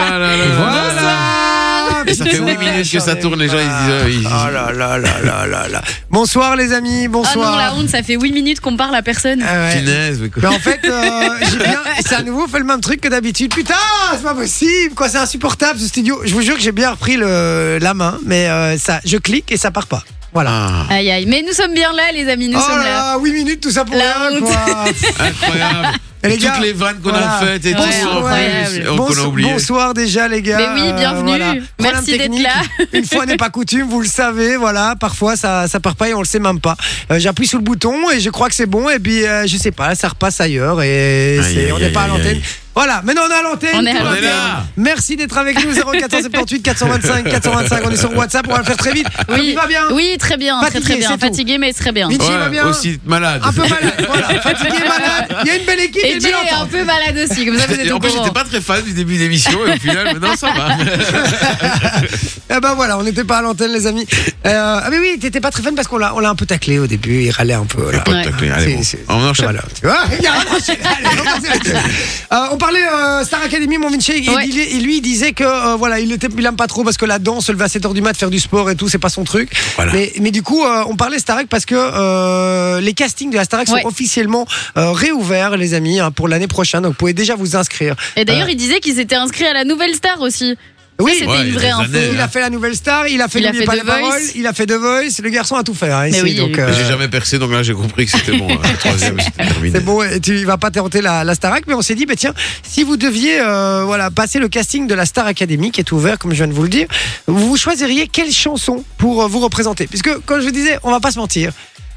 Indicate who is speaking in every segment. Speaker 1: Ah là là
Speaker 2: Euh,
Speaker 1: là.
Speaker 2: Voilà
Speaker 1: Et ça fait 8 minutes que ça tourne, les gens ils se disent. euh, ils-
Speaker 2: Oh là là là là là là. Bonsoir les amis,
Speaker 3: Ah non,
Speaker 2: bonsoir.
Speaker 3: la honte, ça fait 8 minutes qu'on parle à personne.
Speaker 2: Ah ouais.
Speaker 1: Finesse, mais quoi.
Speaker 2: Mais en fait, euh, j'ai bien. C'est à nouveau fait le même truc que d'habitude. Putain, c'est pas possible, quoi, c'est insupportable ce studio. Je vous jure que j'ai bien repris le, la main, mais euh, ça, je clique et ça part pas. Voilà.
Speaker 1: Ah,
Speaker 3: Aïe aïe. Mais nous sommes bien là, les amis, nous
Speaker 2: oh
Speaker 3: sommes
Speaker 2: là
Speaker 3: là.
Speaker 2: là, 8 minutes, tout ça pour
Speaker 3: La
Speaker 2: rien,
Speaker 3: honte.
Speaker 2: quoi.
Speaker 1: incroyable.
Speaker 2: Et les
Speaker 1: Toutes
Speaker 2: gars,
Speaker 1: les vannes qu'on
Speaker 2: voilà.
Speaker 1: a faites et tout,
Speaker 3: Ouais,
Speaker 1: en plus,
Speaker 3: incroyable.
Speaker 1: euh, qu'on a
Speaker 2: Bonso-
Speaker 1: oublié.
Speaker 2: Bonsoir déjà les gars.
Speaker 3: Mais oui, bienvenue. Merci
Speaker 2: Problème
Speaker 3: d'être là.
Speaker 2: technique. Une fois n'est pas coutume, vous le savez, voilà, parfois ça ça part pas et on le sait même pas. Euh, J'appuie sur le bouton et je crois que c'est bon et puis euh, je sais pas, ça repasse ailleurs et
Speaker 1: Aïe,
Speaker 2: c'est-
Speaker 1: aïe,
Speaker 2: on n'est pas à
Speaker 1: aïe,
Speaker 2: l'antenne.
Speaker 1: aïe.
Speaker 2: Voilà, maintenant on est à l'antenne.
Speaker 3: On est à
Speaker 2: tout va
Speaker 3: l'antenne.
Speaker 2: bien.
Speaker 1: On est là.
Speaker 2: Merci d'être avec nous 0478 425 425. On est sur WhatsApp, on va le faire très vite. Ruby va bien.
Speaker 3: oui, très bien,
Speaker 2: Fatigué,
Speaker 3: très très
Speaker 2: c'est
Speaker 3: bien.
Speaker 2: tout.
Speaker 3: Fatigué, mais très bien.
Speaker 2: Vite. Vinci va
Speaker 1: Ouais,
Speaker 2: bien
Speaker 1: aussi malade.
Speaker 2: Un peu malade, voilà. Fatigué, malade. Il y a une belle équipe, il y a
Speaker 3: Et
Speaker 2: une
Speaker 3: Jay
Speaker 2: belle
Speaker 3: est un
Speaker 2: entente.
Speaker 3: peu malade aussi, comme ça vous êtes
Speaker 1: Et
Speaker 3: au
Speaker 1: en plus,
Speaker 3: courant.
Speaker 1: j'étais pas très fan du début d'émission et au final, maintenant ça va.
Speaker 2: Eh ben voilà, on n'était pas à l'antenne, les amis. Euh, ah mais oui, t'étais pas très fan parce qu'on l'a, on l'a un peu taclé au début, il râlait un peu. voilà.
Speaker 1: Pas de
Speaker 3: Ouais.
Speaker 1: tacler, allez,
Speaker 2: C'est-
Speaker 1: bon.
Speaker 2: c'est-
Speaker 1: On enchaîne.
Speaker 2: Voilà, tu vois, il y a un enchaîné. Allez, on passe à la suite. Euh, on parlait euh, Star Academy, mon Vinci, et
Speaker 3: Ouais.
Speaker 2: il- et lui il disait que euh, voilà, il était, il aime pas trop parce que la danse, se lever à 7h du mat, faire du sport et tout, c'est pas son truc.
Speaker 1: Voilà.
Speaker 2: Mais, mais du coup, euh, on parlait Starac parce que euh, les castings de la Starac
Speaker 3: Ouais.
Speaker 2: sont officiellement euh, réouverts, les amis, hein, pour l'année prochaine. Donc vous pouvez déjà vous inscrire. Euh,
Speaker 3: Et d'ailleurs, il disait qu'ils s'étaient inscrits à la nouvelle star aussi.
Speaker 2: Oui,
Speaker 3: c'était
Speaker 1: Ouais,
Speaker 3: une
Speaker 1: il y a
Speaker 3: vraie
Speaker 1: des
Speaker 3: info.
Speaker 1: années, hein.
Speaker 2: Il a fait la nouvelle star, il a fait
Speaker 3: Il a
Speaker 2: N'oubliez
Speaker 3: fait
Speaker 2: pas
Speaker 3: The
Speaker 2: les paroles,
Speaker 3: Voice.
Speaker 2: il a fait The Voice, le garçon a tout fait. hein, ici,
Speaker 3: oui,
Speaker 2: donc,
Speaker 3: oui.
Speaker 2: euh,
Speaker 1: J'ai jamais percé, donc là j'ai compris que c'était bon. hein. Troisième, c'était terminé.
Speaker 2: c'est bon, et tu vas pas tenter la, la Starac, mais on s'est dit, bah, tiens, si vous deviez euh, voilà, passer le casting de la Star Academy, qui est ouvert, comme je viens de vous le dire, vous choisiriez quelle chanson pour euh, vous représenter Puisque, comme je vous disais, on va pas se mentir,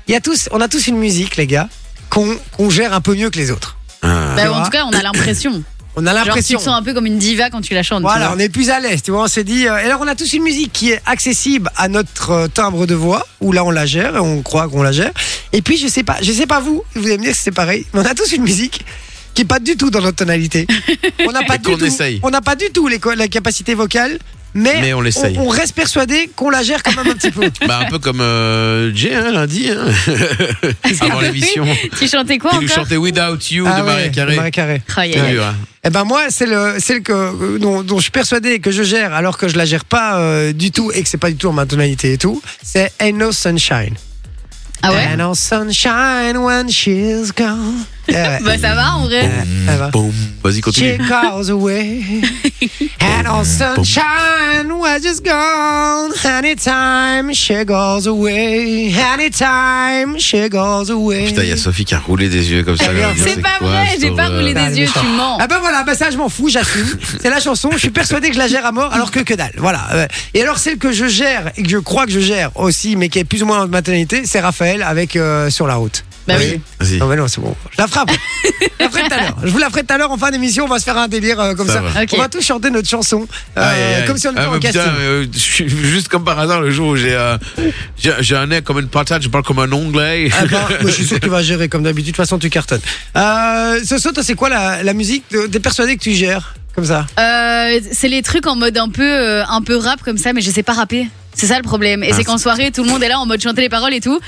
Speaker 2: il y a tous, on a tous une musique, les gars, qu'on qu'on gère un peu mieux que les autres.
Speaker 1: Ah.
Speaker 3: Bah,
Speaker 2: Tu vois
Speaker 3: en tout cas, on a l'impression.
Speaker 2: On a
Speaker 3: Genre, tu
Speaker 2: l'impression.
Speaker 3: te sens un peu comme une diva quand tu la chantes. tu
Speaker 2: Voilà,
Speaker 3: vois.
Speaker 2: on est plus à l'aise, tu vois. On s'est dit. euh, et alors, on a tous une musique qui est accessible à notre euh, timbre de voix, où là, on la gère, et on croit qu'on la gère. Et puis, je sais pas, je sais pas vous, vous allez me dire que c'est pareil, mais on a tous une musique qui est pas du tout dans notre tonalité. On n'a pas
Speaker 1: Et
Speaker 2: du
Speaker 1: qu'on
Speaker 2: tout.
Speaker 1: essaye.
Speaker 2: On n'a pas du tout les, co- la capacité vocale, mais,
Speaker 1: Mais on l'essaye.
Speaker 2: On, reste persuadé qu'on la gère quand même un petit peu.
Speaker 1: Bah, un peu comme euh, Jay hein, lundi, hein. avant l'émission. Il
Speaker 3: Tu chantais quoi
Speaker 1: nous
Speaker 3: encore Oh,
Speaker 1: chantait Without You
Speaker 2: Ah
Speaker 1: de
Speaker 2: ouais,
Speaker 1: Maria
Speaker 2: de Maria
Speaker 1: Carré.
Speaker 2: Carré.
Speaker 3: Aïe, aïe,
Speaker 1: C'est
Speaker 3: aïe.
Speaker 1: dur, hein.
Speaker 2: Eh ben moi, c'est le, celle que euh, dont, dont je suis persuadé que je gère, alors que je la gère pas euh, du tout et que c'est pas du tout en ma tonalité et tout. C'est Ain't No Sunshine.
Speaker 3: Ah ouais
Speaker 2: And no sunshine when she's gone. Yeah,
Speaker 3: Bah ça va en vrai.
Speaker 1: Euh,
Speaker 2: ça va.
Speaker 1: Boum. Vas-y,
Speaker 2: She
Speaker 1: continue.
Speaker 2: calls away. And no sunshine when she's gone. Anytime she goes away. Anytime she goes away.
Speaker 1: Mmh. Oh, Putain, il y a Sophie qui a roulé des yeux comme ça.
Speaker 2: C'est
Speaker 1: là, elle va dire,
Speaker 3: C'est pas
Speaker 1: quoi, euh,
Speaker 3: vrai,
Speaker 1: cette
Speaker 3: j'ai pas
Speaker 1: horreur
Speaker 3: roulé
Speaker 2: Putain,
Speaker 3: des yeux,
Speaker 2: méchant.
Speaker 3: tu mens.
Speaker 2: Ah ben voilà, ben ça je m'en fous, j'assume. C'est la chanson, je suis persuadé que je la gère à mort alors que que dalle. Voilà. ouais. Et alors celle que je gère et que je crois que je gère aussi, mais qui est plus ou moins en maternité, c'est Raphaël avec euh, Sur la route.
Speaker 3: Bah oui.
Speaker 1: Ah Vas-y.
Speaker 2: Non mais non, c'est bon. Je la frappe. Je la ferai tout à l'heure. Je vous la ferai tout à l'heure en fin d'émission. On va se faire un délire euh, comme ça.
Speaker 1: Ça va.
Speaker 3: Ok.
Speaker 2: On va tous chanter notre chanson euh,
Speaker 1: Aïe, aïe, aïe.
Speaker 2: comme si on était
Speaker 1: Ah,
Speaker 2: en
Speaker 1: mais
Speaker 2: casting.
Speaker 1: putain, mais, euh, je suis juste comme par hasard, le jour où j'ai euh, j'ai j'ai un nez comme une patate, je parle comme un anglais.
Speaker 2: Ah bah, moi, je suis sûr que tu vas gérer comme d'habitude. De toute façon, tu cartonnes. Euh, Soso, toi, c'est quoi la, la musique de- T'es persuadé que tu gères comme ça
Speaker 3: Euh, c'est les trucs en mode un peu, euh, un peu rap comme ça, mais je sais pas rapper. C'est ça le problème. Et
Speaker 1: Ah,
Speaker 3: c'est qu'en soirée, tout le monde est là en mode chanter les paroles et tout.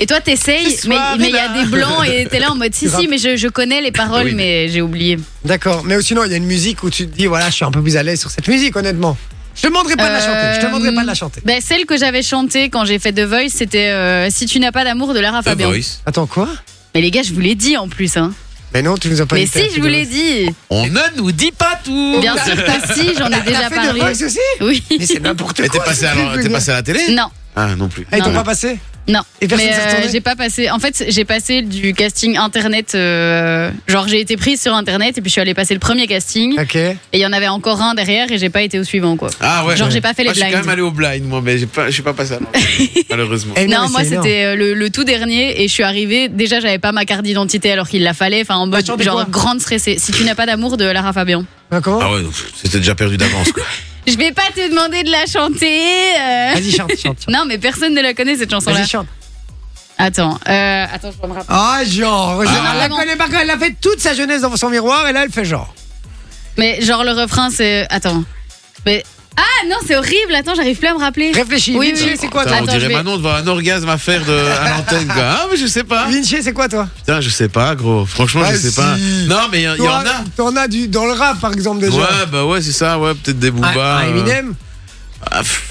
Speaker 3: Et toi, t'essayes,
Speaker 2: Ce
Speaker 3: mais
Speaker 2: soir,
Speaker 3: mais il y a
Speaker 2: Nina.
Speaker 3: des blancs et t'es là en mode si,
Speaker 2: Rap.
Speaker 3: si, mais je, je connais les paroles,
Speaker 1: Oui,
Speaker 3: mais j'ai oublié.
Speaker 2: D'accord. Mais sinon, il y a une musique où tu te dis voilà, je suis un peu plus à l'aise sur cette musique, honnêtement. Je te demanderai pas de
Speaker 3: Euh,
Speaker 2: la chanter. Je te demanderai pas de la chanter.
Speaker 3: Ben, celle que j'avais chantée quand j'ai fait The Voice, c'était euh, Si tu n'as pas d'amour de Lara
Speaker 1: The
Speaker 3: Fabian.
Speaker 1: Voice.
Speaker 2: Attends quoi
Speaker 3: Mais les gars, je vous l'ai dit en plus. Hein.
Speaker 2: Mais non, tu nous as pas
Speaker 3: Mais
Speaker 2: dit que t'avais
Speaker 3: si, je
Speaker 2: fait
Speaker 3: vous
Speaker 2: de
Speaker 3: l'ai dit.
Speaker 1: On ne nous dit pas tout. Ah,
Speaker 3: Bien sûr que si, j'en ai
Speaker 2: T'as
Speaker 3: déjà
Speaker 2: fait de
Speaker 3: parlé.
Speaker 2: Voice aussi
Speaker 3: Oui.
Speaker 2: Mais c'est n'importe
Speaker 1: Mais
Speaker 2: quoi.
Speaker 1: t'es passé, à
Speaker 2: ce
Speaker 1: la-
Speaker 2: truc,
Speaker 1: t'es
Speaker 2: le
Speaker 1: passé à la télé
Speaker 3: Non,
Speaker 1: Ah, non plus.
Speaker 2: gars. Ah, ils t'ont
Speaker 3: Non,
Speaker 2: pas
Speaker 3: non.
Speaker 2: passé
Speaker 3: non.
Speaker 2: Et personne
Speaker 3: Mais euh,
Speaker 2: s'est retourné
Speaker 3: j'ai pas passé. En fait, j'ai passé du casting internet. euh, genre, j'ai été prise sur internet et puis je suis allée passer le premier casting.
Speaker 2: Ok. Eh,
Speaker 3: Et il y en avait encore un derrière et j'ai pas été au suivant, quoi.
Speaker 1: Ah ouais.
Speaker 3: Genre, j'ai pas fait les
Speaker 1: Moi, Je suis quand
Speaker 3: blinds.
Speaker 1: même allé au blind, moi, mais j'ai pas- je suis pas passé à l'antenne, malheureusement.
Speaker 2: Eh
Speaker 3: Non,
Speaker 2: mais
Speaker 3: moi
Speaker 2: c'est énorme.
Speaker 3: c'était euh, le, le tout dernier et je suis arrivée. Déjà, j'avais pas ma carte d'identité alors qu'il la fallait. Enfin, en mode
Speaker 2: chanté quoi
Speaker 3: genre grande stressée. Si tu n'as pas d'amour de Lara Fabian.
Speaker 2: Ah, comment
Speaker 1: Ah ouais, donc, c'était déjà perdu d'avance. quoi.
Speaker 3: Je vais pas te demander de la chanter. euh.
Speaker 2: Vas-y, chante, chante. chante.
Speaker 3: Non, mais personne ne la connaît cette chanson-là.
Speaker 2: Vas-y, chante.
Speaker 3: Attends, euh, attends, je vais me rappeler.
Speaker 2: Ah, genre, je
Speaker 3: Ah,
Speaker 2: la
Speaker 3: vraiment.
Speaker 2: connais pas quand elle a fait toute sa jeunesse dans son miroir et là elle fait genre.
Speaker 3: Mais genre le refrain c'est attends. Mais
Speaker 4: Ah non, c'est horrible. Attends, j'arrive plus à me rappeler.
Speaker 2: Réfléchis.
Speaker 4: Oui,
Speaker 2: Vinci,
Speaker 4: oui.
Speaker 2: c'est quoi
Speaker 4: Attends,
Speaker 2: toi
Speaker 1: on
Speaker 4: je
Speaker 1: dirait
Speaker 4: vais-
Speaker 1: Manon devant un orgasme à faire de, à l'antenne, quoi. Ah, mais je sais pas.
Speaker 2: Vinci, c'est quoi toi
Speaker 1: Putain, je sais pas, gros. Franchement,
Speaker 2: Ah,
Speaker 1: je sais
Speaker 2: si.
Speaker 1: pas. Non, mais il y, y en a.
Speaker 2: T'en as du dans le rap par exemple déjà.
Speaker 1: Ouais, bah ouais, c'est ça, ouais, peut-être des
Speaker 2: Ah,
Speaker 1: Booba.
Speaker 2: ah,
Speaker 1: euh,
Speaker 2: Eminem.
Speaker 1: ah, pff,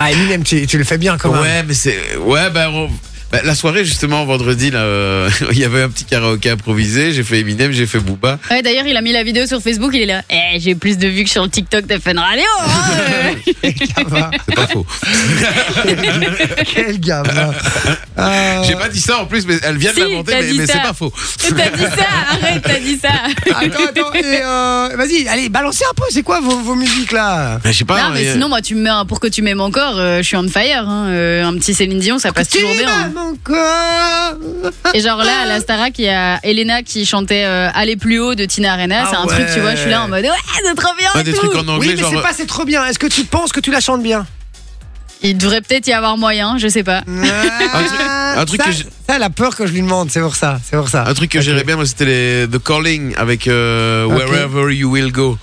Speaker 2: Ah Eminem, tu, tu le fais bien quand même.
Speaker 1: ouais, mais c'est. Ouais, bah, on- bah, La soirée, justement, vendredi, là, euh, il y avait un petit karaoké improvisé. J'ai fait Eminem, j'ai fait Booba.
Speaker 4: Ouais, D'ailleurs, il a mis la vidéo sur Facebook. Il est là. Eh, j'ai plus de vues que sur le TikTok de Fun Radio. hein, euh.
Speaker 2: Ça va.
Speaker 1: C'est pas faux.
Speaker 2: Quel gars. va. Euh,
Speaker 1: J'ai pas dit ça en plus, mais elle vient
Speaker 4: Si,
Speaker 1: de l'inventer,
Speaker 4: t'as
Speaker 1: mais,
Speaker 4: dit
Speaker 1: mais
Speaker 4: ça.
Speaker 1: c'est pas faux.
Speaker 4: t'as dit ça. Arrête, t'as dit ça.
Speaker 2: Attends, attends. et, euh, Vas-y, allez, balancez un peu. C'est quoi vos, vos musiques là
Speaker 1: Mais je sais pas.
Speaker 4: non, mais
Speaker 1: euh,
Speaker 4: sinon, moi, tu me mets un- pour que tu m'aimes encore. euh, je suis on fire. hein, euh, un petit Céline Dion, ça passe
Speaker 2: Tu
Speaker 4: toujours bien. hein.
Speaker 2: m'aimes encore.
Speaker 4: Et genre là, à la Starac, il y a Elena qui chantait euh, Aller plus haut de Tina Arena.
Speaker 2: Ah
Speaker 4: c'est un
Speaker 2: ouais.
Speaker 4: truc, tu vois, je suis là en mode Ouais, c'est trop bien.
Speaker 1: un
Speaker 4: et
Speaker 1: des
Speaker 4: tout.
Speaker 1: trucs en anglais,
Speaker 2: Oui, mais
Speaker 1: genre.
Speaker 2: c'est pas, c'est trop bien. Est-ce que tu penses que tu la chantes bien
Speaker 4: Il devrait peut-être y avoir moyen, je sais pas.
Speaker 1: truc- un truc
Speaker 2: ça,
Speaker 1: que je-
Speaker 2: ça, elle a peur que je lui demande. C'est pour ça. C'est pour ça.
Speaker 1: Un truc que j'aimerais bien, moi, c'était les The Calling avec euh,
Speaker 2: Ok.
Speaker 1: Wherever You Will Go.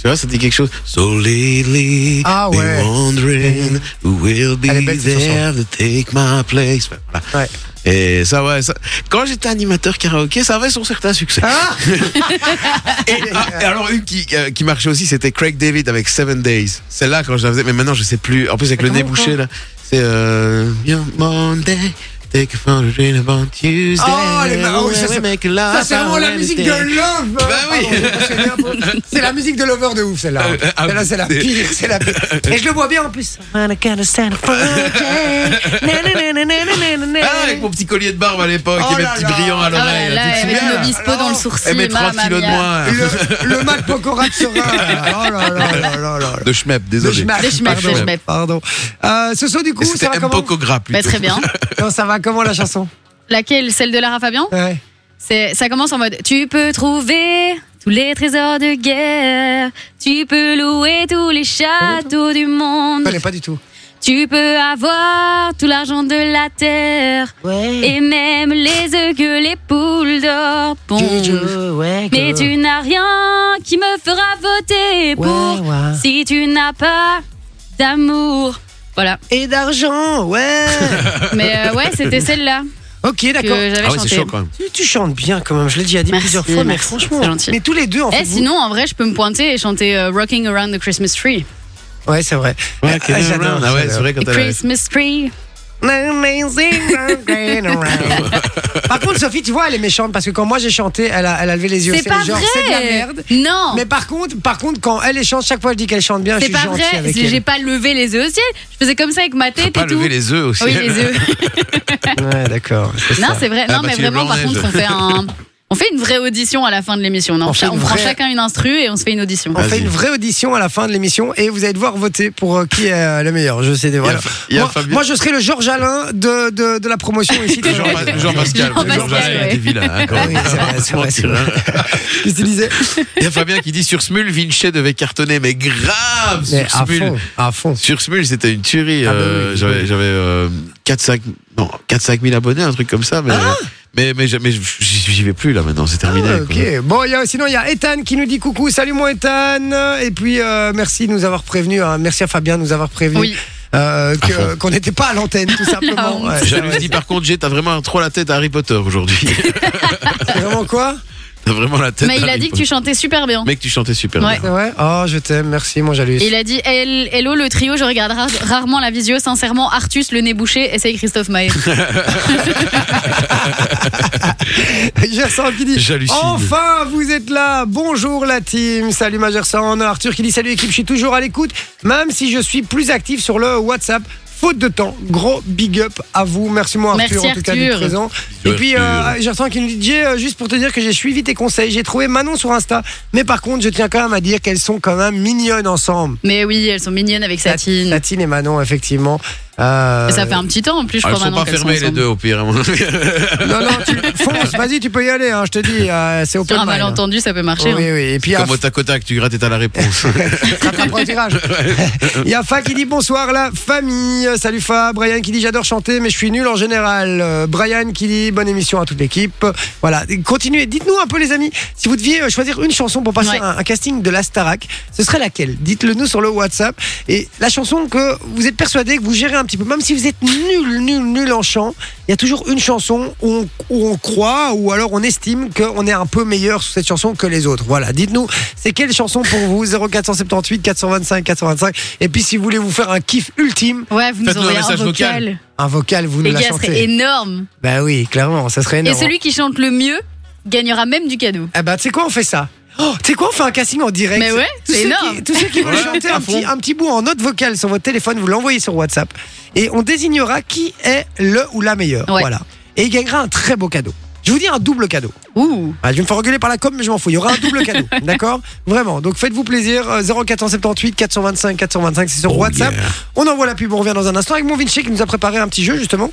Speaker 1: Tu vois, c'était quelque chose. So lately,
Speaker 2: Ah
Speaker 1: been
Speaker 2: ouais.
Speaker 1: wondering who will
Speaker 2: Elle est
Speaker 1: be
Speaker 2: belle, cette
Speaker 1: there to take my place. Enfin, voilà.
Speaker 2: Ouais.
Speaker 1: Et ça, ouais. ça- Quand j'étais animateur karaoké, ça avait son certain succès.
Speaker 2: Ah
Speaker 1: Et, ah, et alors, une qui, euh, qui marchait aussi, c'était Craig David avec Seven Days. Celle-là, quand je la faisais, mais maintenant, je sais plus. En plus, avec le
Speaker 2: Comment
Speaker 1: nez
Speaker 2: on
Speaker 1: bouché, là, c'est. Euh, Your Monday. Take a phone, dream about Tuesday.
Speaker 2: Oh, les bah- oh, oui, ça,
Speaker 1: We
Speaker 2: c'est-
Speaker 1: make love
Speaker 2: Ça, c'est vraiment la
Speaker 1: on
Speaker 2: musique de
Speaker 1: Wednesday.
Speaker 2: Love. Bah
Speaker 1: oui.
Speaker 2: C'est la musique de Lover de ouf, celle-là.
Speaker 1: Ah, ah, ah,
Speaker 2: Celle-là, c'est la
Speaker 1: oui.
Speaker 2: pire. C'est la pire. Et je le vois bien en plus.
Speaker 1: Ah, avec mon petit collier de barbe à l'époque
Speaker 2: Oh
Speaker 1: et mes
Speaker 2: là
Speaker 1: petits
Speaker 2: là.
Speaker 1: brillants à
Speaker 4: Ah ouais,
Speaker 1: l'oreille.
Speaker 4: là,
Speaker 1: tu te
Speaker 4: avec
Speaker 1: souviens,
Speaker 4: le
Speaker 1: là
Speaker 4: bispo dans le sourcil,
Speaker 1: Et mes 3
Speaker 4: mamma
Speaker 1: kilos de
Speaker 4: mia.
Speaker 1: moins. euh,
Speaker 2: Le, le Mac Pokora de Serein. Oh là là là là là.
Speaker 1: De schmep,
Speaker 2: Le
Speaker 1: désolé.
Speaker 2: schmack,
Speaker 4: Le schmack,
Speaker 2: pardon.
Speaker 4: le schmack.
Speaker 2: Pardon. Euh, ce saut du coup,
Speaker 1: Et C'était
Speaker 2: ça va
Speaker 1: un
Speaker 2: comment
Speaker 1: poco gras
Speaker 4: Bah,
Speaker 1: plutôt.
Speaker 4: très bien.
Speaker 2: Non, ça va comment la chanson
Speaker 4: Laquelle Celle de Lara Fabian
Speaker 2: Ouais.
Speaker 4: C'est Ça commence en mode Tu peux trouver tous les trésors de guerre. Tu peux louer tous les châteaux du
Speaker 2: Je
Speaker 4: monde.
Speaker 2: connais pas du tout.
Speaker 4: Tu peux avoir tout l'argent de la terre.
Speaker 2: Hmm.
Speaker 4: Et même les œufs que les poules d'or pondent. Mais tu n'as rien qui me fera voter pour
Speaker 2: ouais.
Speaker 4: si tu n'as pas d'amour. Voilà.
Speaker 2: Et d'argent, ouais.
Speaker 4: Mais euh, ouais, c'était celle-là
Speaker 2: ok,
Speaker 4: que
Speaker 2: d'accord.
Speaker 4: j'avais
Speaker 1: Ah ouais, c'est
Speaker 4: chantée.
Speaker 1: chaud quand même.
Speaker 2: Tu, tu chantes bien quand même, je l'ai dit à dit
Speaker 4: Merci,
Speaker 2: plusieurs fois, mais
Speaker 4: merci,
Speaker 2: franchement,
Speaker 4: c'est gentil.
Speaker 2: mais tous les deux en
Speaker 4: Eh,
Speaker 2: fait. vous-
Speaker 4: sinon, en vrai, je peux me pointer et chanter euh, Rocking Around the Christmas Tree.
Speaker 2: Ouais, c'est vrai.
Speaker 1: Ouais,
Speaker 2: Ah, j'adore,
Speaker 1: Ah ouais,
Speaker 2: j'adore.
Speaker 1: c'est vrai quand
Speaker 4: The
Speaker 1: elle a-
Speaker 4: Christmas Tree.
Speaker 2: Par contre, Sophie, tu vois, elle est méchante parce que quand moi j'ai chanté, elle a, elle a levé les yeux.
Speaker 4: C'est pas
Speaker 2: genre,
Speaker 4: vrai.
Speaker 2: C'est de la merde.
Speaker 4: Non.
Speaker 2: Mais par contre, par contre, quand elle est chante, chaque fois je dis qu'elle chante bien, je
Speaker 4: C'est
Speaker 2: suis
Speaker 4: pas
Speaker 2: gentil
Speaker 4: vrai.
Speaker 2: avec
Speaker 4: J'ai
Speaker 2: elle.
Speaker 4: pas levé les yeux au ciel. Je faisais comme ça avec ma
Speaker 1: Faut
Speaker 4: tête
Speaker 1: pas
Speaker 4: et tout. Ah
Speaker 1: lever les œufs aussi.
Speaker 4: Oui, les yeux.
Speaker 2: Ouais, d'accord. c'est
Speaker 4: non,
Speaker 2: ça.
Speaker 4: c'est vrai.
Speaker 1: Ah,
Speaker 4: Non,
Speaker 1: bah,
Speaker 4: mais
Speaker 1: tu es
Speaker 4: vraiment, par
Speaker 1: blanc-neige.
Speaker 4: contre, on fait un. On fait une vraie audition à la fin de l'émission. non
Speaker 2: On fait une
Speaker 4: on prend
Speaker 2: vraie-
Speaker 4: chacun une instru et on se fait une audition.
Speaker 2: On fait
Speaker 1: Vas-y.
Speaker 2: une vraie audition à la fin de l'émission et vous allez devoir voter pour euh, qui est euh, le meilleur. Je sais des
Speaker 1: Il y a-
Speaker 2: voilà.
Speaker 1: il y a
Speaker 2: moi,
Speaker 1: Fabien-
Speaker 2: moi, je serai le Georges Alain de, de, de la promotion ici.
Speaker 1: Le Jean, le Jean Pascal,
Speaker 4: Jean
Speaker 1: le Jean
Speaker 4: Pascal,
Speaker 1: Pascal,
Speaker 4: ouais.
Speaker 1: était vilain, hein, quand
Speaker 2: Ah
Speaker 1: même. hein.
Speaker 2: oui, c'est vrai, c'est vrai, c'est vrai. Qu'est-ce qu'il disait
Speaker 1: Il y a Fabien qui dit sur Smul, Vinci devait cartonner, mais grave
Speaker 2: Mais
Speaker 1: sur
Speaker 2: à
Speaker 1: Smul.
Speaker 2: fond, à fond.
Speaker 1: Sur Smul, c'était une tuerie.
Speaker 2: Ah bah oui,
Speaker 1: euh,
Speaker 2: oui.
Speaker 1: J'avais j'avais, euh, 4-5 non, 4-5 000 abonnés, un truc comme ça, mais mais mais, jamais- j'y j'y vais plus là maintenant, c'est terminé.
Speaker 2: Ah,
Speaker 1: quoi.
Speaker 2: ok. Bon, il y a, sinon, il y a Ethan qui nous dit coucou. Salut, mon Ethan. Et puis, euh, merci de nous avoir prévenus. hein. Merci à Fabien de nous avoir prévenus
Speaker 4: Oui. Ah
Speaker 2: euh, que-
Speaker 1: À fond.
Speaker 2: qu'on n'était pas à l'antenne, tout simplement.
Speaker 4: honte.
Speaker 2: Ouais, c'est vrai.
Speaker 1: Jalousie, par contre, Jay, t'as vraiment trop la tête à Harry Potter aujourd'hui.
Speaker 2: C'est vraiment quoi
Speaker 1: t'as vraiment la tête.
Speaker 4: Mais
Speaker 1: à
Speaker 4: il a
Speaker 1: Harry
Speaker 4: dit que
Speaker 1: Potter.
Speaker 4: tu chantais super bien.
Speaker 1: Mec, tu chantais super
Speaker 4: Ouais.
Speaker 1: bien.
Speaker 2: C'est vrai Oh, je t'aime. Merci, mon Jalus.
Speaker 4: Et il a dit Hel- Hello le trio, je regarde ra- rarement la visio, sincèrement, Artus, le nez bouché, essaye Christophe Maé.
Speaker 2: Gersan qui dit
Speaker 1: J'hallucine.
Speaker 2: Enfin, vous êtes là. Bonjour la team. Salut ma Gersan. Arthur qui dit Salut équipe, je suis toujours à l'écoute, même si je suis plus actif sur le WhatsApp. Faute de temps, gros big up à vous. Merci moi Arthur
Speaker 4: Merci,
Speaker 2: en tout cas
Speaker 4: Arthur.
Speaker 2: d'être présent. Et
Speaker 1: Arthur.
Speaker 2: puis euh, Gersan qui nous dit Jay, euh, juste pour te dire que j'ai suivi tes conseils, j'ai trouvé Manon sur Insta, mais par contre je tiens quand même à dire qu'elles sont quand même mignonnes ensemble.
Speaker 4: Mais oui, elles sont mignonnes avec Satine.
Speaker 2: Satine et Manon effectivement. Euh,
Speaker 3: Ça fait un petit temps en plus, je
Speaker 1: Ah,
Speaker 3: crois
Speaker 1: Elles sont
Speaker 3: maintenant
Speaker 1: pas
Speaker 3: qu'elles sont
Speaker 1: fermées les
Speaker 3: ensemble.
Speaker 1: deux au pire. à mon avis.
Speaker 2: Non, non, tu, fonce, vas-y, tu peux y aller, hein, je te dis, euh, c'est open
Speaker 3: Sur un
Speaker 2: mind.
Speaker 3: malentendu, ça peut marcher.
Speaker 2: Oui,
Speaker 3: hein.
Speaker 2: oui, et puis il y a
Speaker 1: Comme au tac au tac, tu grattes et t'as la réponse.
Speaker 2: Ça t'apprend au tirage. Il y a Fa qui dit bonsoir la famille. Salut Fa. Brian qui dit j'adore chanter mais je suis nul en général. Euh, Brian qui dit bonne émission à toute l'équipe. Voilà. Et Continuez. Dites-nous un peu les amis. Si vous deviez euh, choisir une chanson pour passer
Speaker 3: Ouais.
Speaker 2: un, un casting de la Starac, ce serait laquelle Dites-le nous sur le WhatsApp. Et la chanson que vous êtes persuadé que vous gérez un petit peu, même si vous êtes nul, nul, nul en chant, il y a toujours une chanson où on, où on croit ou alors on estime qu'on est un peu meilleur sur cette chanson que les autres. Voilà, dites-nous, c'est quelle chanson pour vous 0478 425 425. Et puis si vous voulez vous faire un kiff ultime,
Speaker 3: hein. Ouais, vous nous
Speaker 1: Faites-nous un
Speaker 3: aurez un
Speaker 1: message vocal.
Speaker 3: vocal.
Speaker 2: un vocal, vous nous
Speaker 3: Les
Speaker 2: la
Speaker 3: gars, ce serait
Speaker 2: chantez.
Speaker 3: énorme.
Speaker 2: Bah oui, clairement, ça serait
Speaker 3: Et
Speaker 2: énorme.
Speaker 3: celui qui chante le mieux gagnera même du cadeau.
Speaker 2: Ah bah tu sais quoi, on fait ça Oh, tu sais quoi, on fait un casting en direct.
Speaker 3: Mais ouais,
Speaker 2: Tous
Speaker 3: c'est
Speaker 2: ceux
Speaker 3: énorme.
Speaker 2: qui- tous ceux qui veulent
Speaker 1: Ouais,
Speaker 2: chanter
Speaker 1: à
Speaker 2: un
Speaker 1: fond.
Speaker 2: petit, un petit bout en note vocale sur votre téléphone, vous l'envoyez sur WhatsApp. Et on désignera qui est le ou la meilleure.
Speaker 3: Ouais.
Speaker 2: Voilà. Et il gagnera un très beau cadeau. Je vous dis un double cadeau.
Speaker 3: Ouh.
Speaker 2: Ah, je vais me faire reculer par la com, mais je m'en fous. Il y aura un double cadeau. D'accord Vraiment. Donc faites-vous plaisir. euh, 0478 425 425, c'est sur
Speaker 1: Oh,
Speaker 2: WhatsApp.
Speaker 1: yeah.
Speaker 2: On envoie la pub, on revient dans un instant avec mon Vinci qui nous a préparé un petit jeu justement.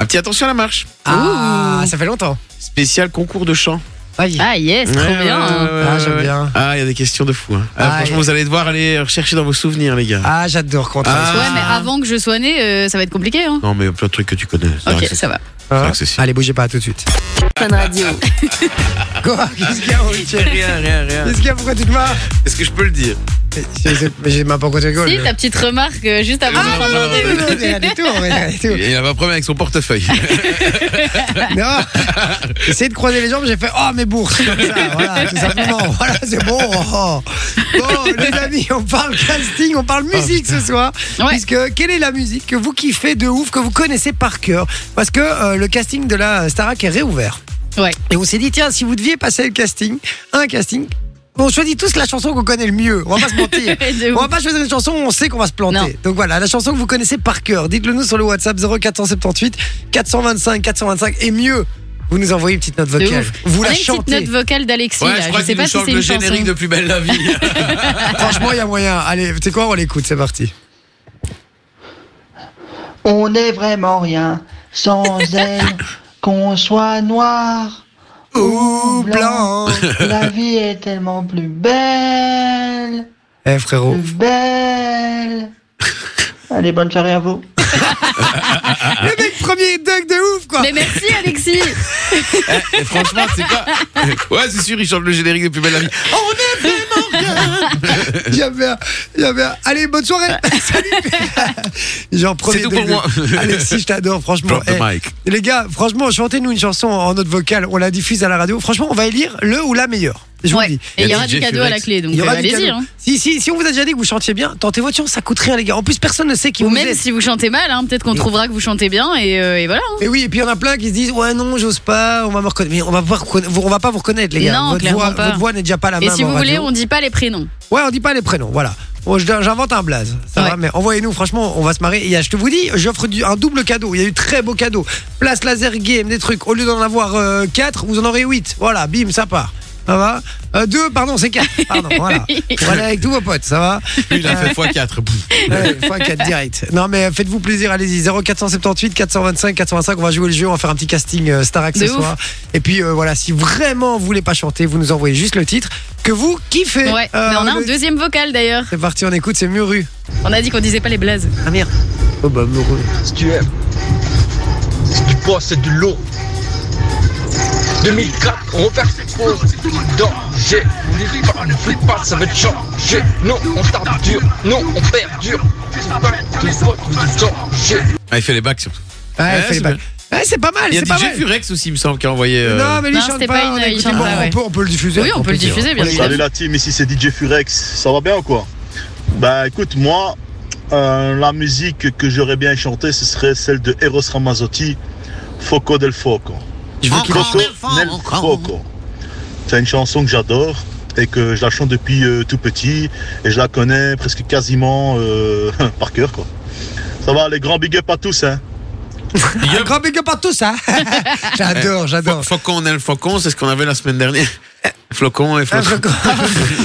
Speaker 1: Un petit attention à la marche.
Speaker 2: Ah, ça fait longtemps.
Speaker 1: Spécial concours de chant.
Speaker 2: Aïe.
Speaker 3: Ah yes, trop
Speaker 1: Ouais,
Speaker 3: bien.
Speaker 1: ouais, ouais, ouais,
Speaker 2: Ah, j'aime
Speaker 1: ouais.
Speaker 2: bien.
Speaker 1: Ah, il y a des questions de fou. hein.
Speaker 2: Ah,
Speaker 1: Ah, franchement,
Speaker 2: et-
Speaker 1: vous allez devoir aller rechercher dans vos souvenirs, les gars.
Speaker 2: Ah, j'adore quand on
Speaker 1: Ah.
Speaker 3: Ouais, mais avant que je sois né, euh, ça va être compliqué. Hein.
Speaker 1: Non, mais il y a plein de trucs que tu connais. c'est
Speaker 3: Ok,
Speaker 1: vrai que c'est-
Speaker 3: ça va.
Speaker 2: Hein
Speaker 1: vrai que c'est si.
Speaker 2: Allez, bougez pas, à tout de suite.
Speaker 5: Fun Radio.
Speaker 2: Quoi Qu'est-ce qu'il y a, mon Vinci
Speaker 1: Rien, rien, rien.
Speaker 2: Qu'est-ce qu'il y a Pourquoi tu te marres
Speaker 1: Est-ce que je peux le dire
Speaker 2: Mais je sais- mais J'ai ma pas quoi tu rigoles.
Speaker 3: Si,
Speaker 2: mais-
Speaker 3: ta petite remarque euh, juste avant.
Speaker 2: Ah, non, non, non, non, non, non, rien du tout, rien du tout.
Speaker 1: Il y en a un premier avec son portefeuille.
Speaker 2: Non. Essayez de croiser les jambes, j'ai fait Oh, mes bourses comme ça, voilà, tout simplement. Voilà, c'est bon. Oh. Bon, les amis, on parle casting, on parle musique ce soir.
Speaker 3: Ouais.
Speaker 2: Puisque, quelle est la musique que vous kiffez de ouf, que vous connaissez par cœur Parce que euh, le casting de la Starac est réouvert.
Speaker 3: Ouais.
Speaker 2: Et on s'est dit, tiens, si vous deviez passer le casting, un casting, on choisit tous la chanson qu'on connaît le mieux. On va pas se mentir.
Speaker 3: De
Speaker 2: On
Speaker 3: ouf.
Speaker 2: va pas choisir une chanson où on sait qu'on va se planter.
Speaker 3: Non.
Speaker 2: Donc voilà, la chanson que vous connaissez par cœur, dites-le nous sur le WhatsApp 0478 425 425 et mieux. Vous nous envoyez une petite note
Speaker 3: De
Speaker 2: vocale.
Speaker 3: ouf.
Speaker 2: Vous
Speaker 3: On a
Speaker 2: la
Speaker 3: une petite note
Speaker 2: chantez.
Speaker 3: vocale d'Alexis.
Speaker 1: Ouais,
Speaker 3: là.
Speaker 1: je crois
Speaker 3: sais
Speaker 1: qu'il
Speaker 3: pas
Speaker 1: nous
Speaker 3: si
Speaker 1: change
Speaker 3: c'est
Speaker 1: le
Speaker 3: une chanson.
Speaker 1: générique de plus belle la vie.
Speaker 2: Franchement, il y a moyen. Allez, tu sais quoi, on l'écoute, c'est parti.
Speaker 6: On n'est vraiment rien sans elle, qu'on soit noir
Speaker 2: Ouh,
Speaker 6: ou
Speaker 2: blanc.
Speaker 6: La vie est tellement plus belle,
Speaker 2: Eh frérot.
Speaker 6: plus belle. Allez, bonne soirée à vous.
Speaker 2: Le mec premier duck de ouf quoi.
Speaker 3: Mais merci Alexis.
Speaker 1: Et franchement, c'est quoi Ouais, c'est sûr, il change le générique de plus belle la vie.
Speaker 2: J'aime bien, j'aime bien. Allez, bonne soirée. Salut. Genre premier
Speaker 1: C'est tout
Speaker 2: duck
Speaker 1: pour
Speaker 2: de
Speaker 1: moi.
Speaker 2: ouf. Alexis, je t'adore, franchement.
Speaker 1: Drop the
Speaker 2: Eh,
Speaker 1: mic.
Speaker 2: Les gars, franchement, chantez-nous une chanson en note vocale. On la diffuse à la radio. Franchement, on va élire le ou la meilleure. Je vous
Speaker 3: Ouais.
Speaker 2: le dis.
Speaker 3: Et il y aura
Speaker 1: DJ
Speaker 3: du cadeau à la
Speaker 1: Furex.
Speaker 3: clé, donc
Speaker 2: Il y
Speaker 3: euh,
Speaker 2: aura du
Speaker 3: allez-y.
Speaker 2: cadeau.
Speaker 3: hein.
Speaker 2: Si, si, si on vous a déjà dit que vous chantiez bien, tentez votre chance, ça coûte rien, les gars. En plus, personne ne sait qui
Speaker 3: Ou
Speaker 2: vous
Speaker 3: même
Speaker 2: êtes.
Speaker 3: si vous chantez mal, hein, peut-être qu'on trouvera que vous chantez bien et, euh, et voilà. hein.
Speaker 2: Et oui, et puis il y en a plein qui se disent Ouais, non, j'ose pas, on va me reconnaître. Mais on va, pas reconna- vous- on va pas vous reconnaître, les gars.
Speaker 3: Non,
Speaker 2: votre,
Speaker 3: clairement
Speaker 2: voix,
Speaker 3: pas.
Speaker 2: votre voix n'est déjà pas la
Speaker 3: Et
Speaker 2: même.
Speaker 3: si
Speaker 2: en
Speaker 3: vous voulez,
Speaker 2: Ah, radio.
Speaker 3: on dit pas les prénoms.
Speaker 2: Ouais, on dit pas les prénoms, voilà. Bon, je- J'invente un blaze, ça
Speaker 3: Ouais.
Speaker 2: va, mais envoyez-nous, franchement, on va se marrer. Il y a, je te vous dis, j'offre du- un double cadeau. Il y a eu très beau cadeau. Place laser game, des trucs. Au lieu d'en avoir 4, vous en aurez 8. Voilà, bim, ça part. Ça va Euh, Deux, pardon, c'est 4. Pardon, voilà. Voilà, avec tous vos potes, ça va
Speaker 1: Lui, il a fait x4.
Speaker 2: Ouais, fois 4 direct. Non, mais euh, faites-vous plaisir, allez-y. 0478 425 425. On va jouer le jeu, on va faire un petit casting euh, Starac ce
Speaker 3: De
Speaker 2: soir. Et puis euh, voilà, si vraiment vous voulez pas chanter, vous nous envoyez juste le titre que vous kiffez.
Speaker 3: Ouais.
Speaker 2: Euh,
Speaker 3: Mais on a un
Speaker 2: le-
Speaker 3: deuxième vocal d'ailleurs.
Speaker 2: C'est parti, on écoute, c'est Muru.
Speaker 3: On a dit qu'on disait pas les blazes.
Speaker 2: Ah merde. Oh bah Muru.
Speaker 7: si tu aimes, si tu penses c'est de l'eau. 2004, on perd ses pauses, danger, n'oublie pas, ne flippe pas, ça va te changer. Non, on tape dur, non, on perd dur. C'est pas de faute, de danger.
Speaker 1: Ah, il fait les bacs surtout.
Speaker 2: Ouais,
Speaker 1: Ouais,
Speaker 2: fais les
Speaker 1: c'est
Speaker 2: bacs. Ouais, c'est pas mal,
Speaker 1: Il y a
Speaker 2: c'est pas
Speaker 1: DJ
Speaker 2: mal.
Speaker 1: Furex aussi, il me semble, qui a envoyé. euh,
Speaker 2: Non, mais lui, il
Speaker 3: Non,
Speaker 2: chante
Speaker 3: c'était
Speaker 2: pas.
Speaker 3: pas
Speaker 2: on
Speaker 3: une-
Speaker 2: a
Speaker 3: il
Speaker 2: écouté,
Speaker 3: chante
Speaker 2: bon,
Speaker 3: pas,
Speaker 2: on,
Speaker 3: ouais.
Speaker 2: peut, on peut le diffuser.
Speaker 3: Oui, on peut le
Speaker 2: dire.
Speaker 3: diffuser, bien
Speaker 2: Ouais,
Speaker 3: évidemment.
Speaker 8: Salut la team, ici c'est DJ Furex, ça va bien ou quoi Bah écoute, moi, euh, la musique que j'aurais bien chantée, ce serait celle de Eros Ramazzotti, Foco del Foco.
Speaker 2: Je veux qu'il
Speaker 8: Foco del Foco. C'est une chanson que j'adore et que je la chante depuis euh, tout petit et je la connais presque quasiment euh, par cœur quoi. Ça va, les grands big up à tous hein
Speaker 2: Un grand big up à tous, hein. J'adore, j'adore.
Speaker 1: Eh, Fo- Faucon, on est le faucon, c'est ce qu'on avait la semaine dernière. Flocon et
Speaker 2: Ah,
Speaker 1: flocon.
Speaker 2: je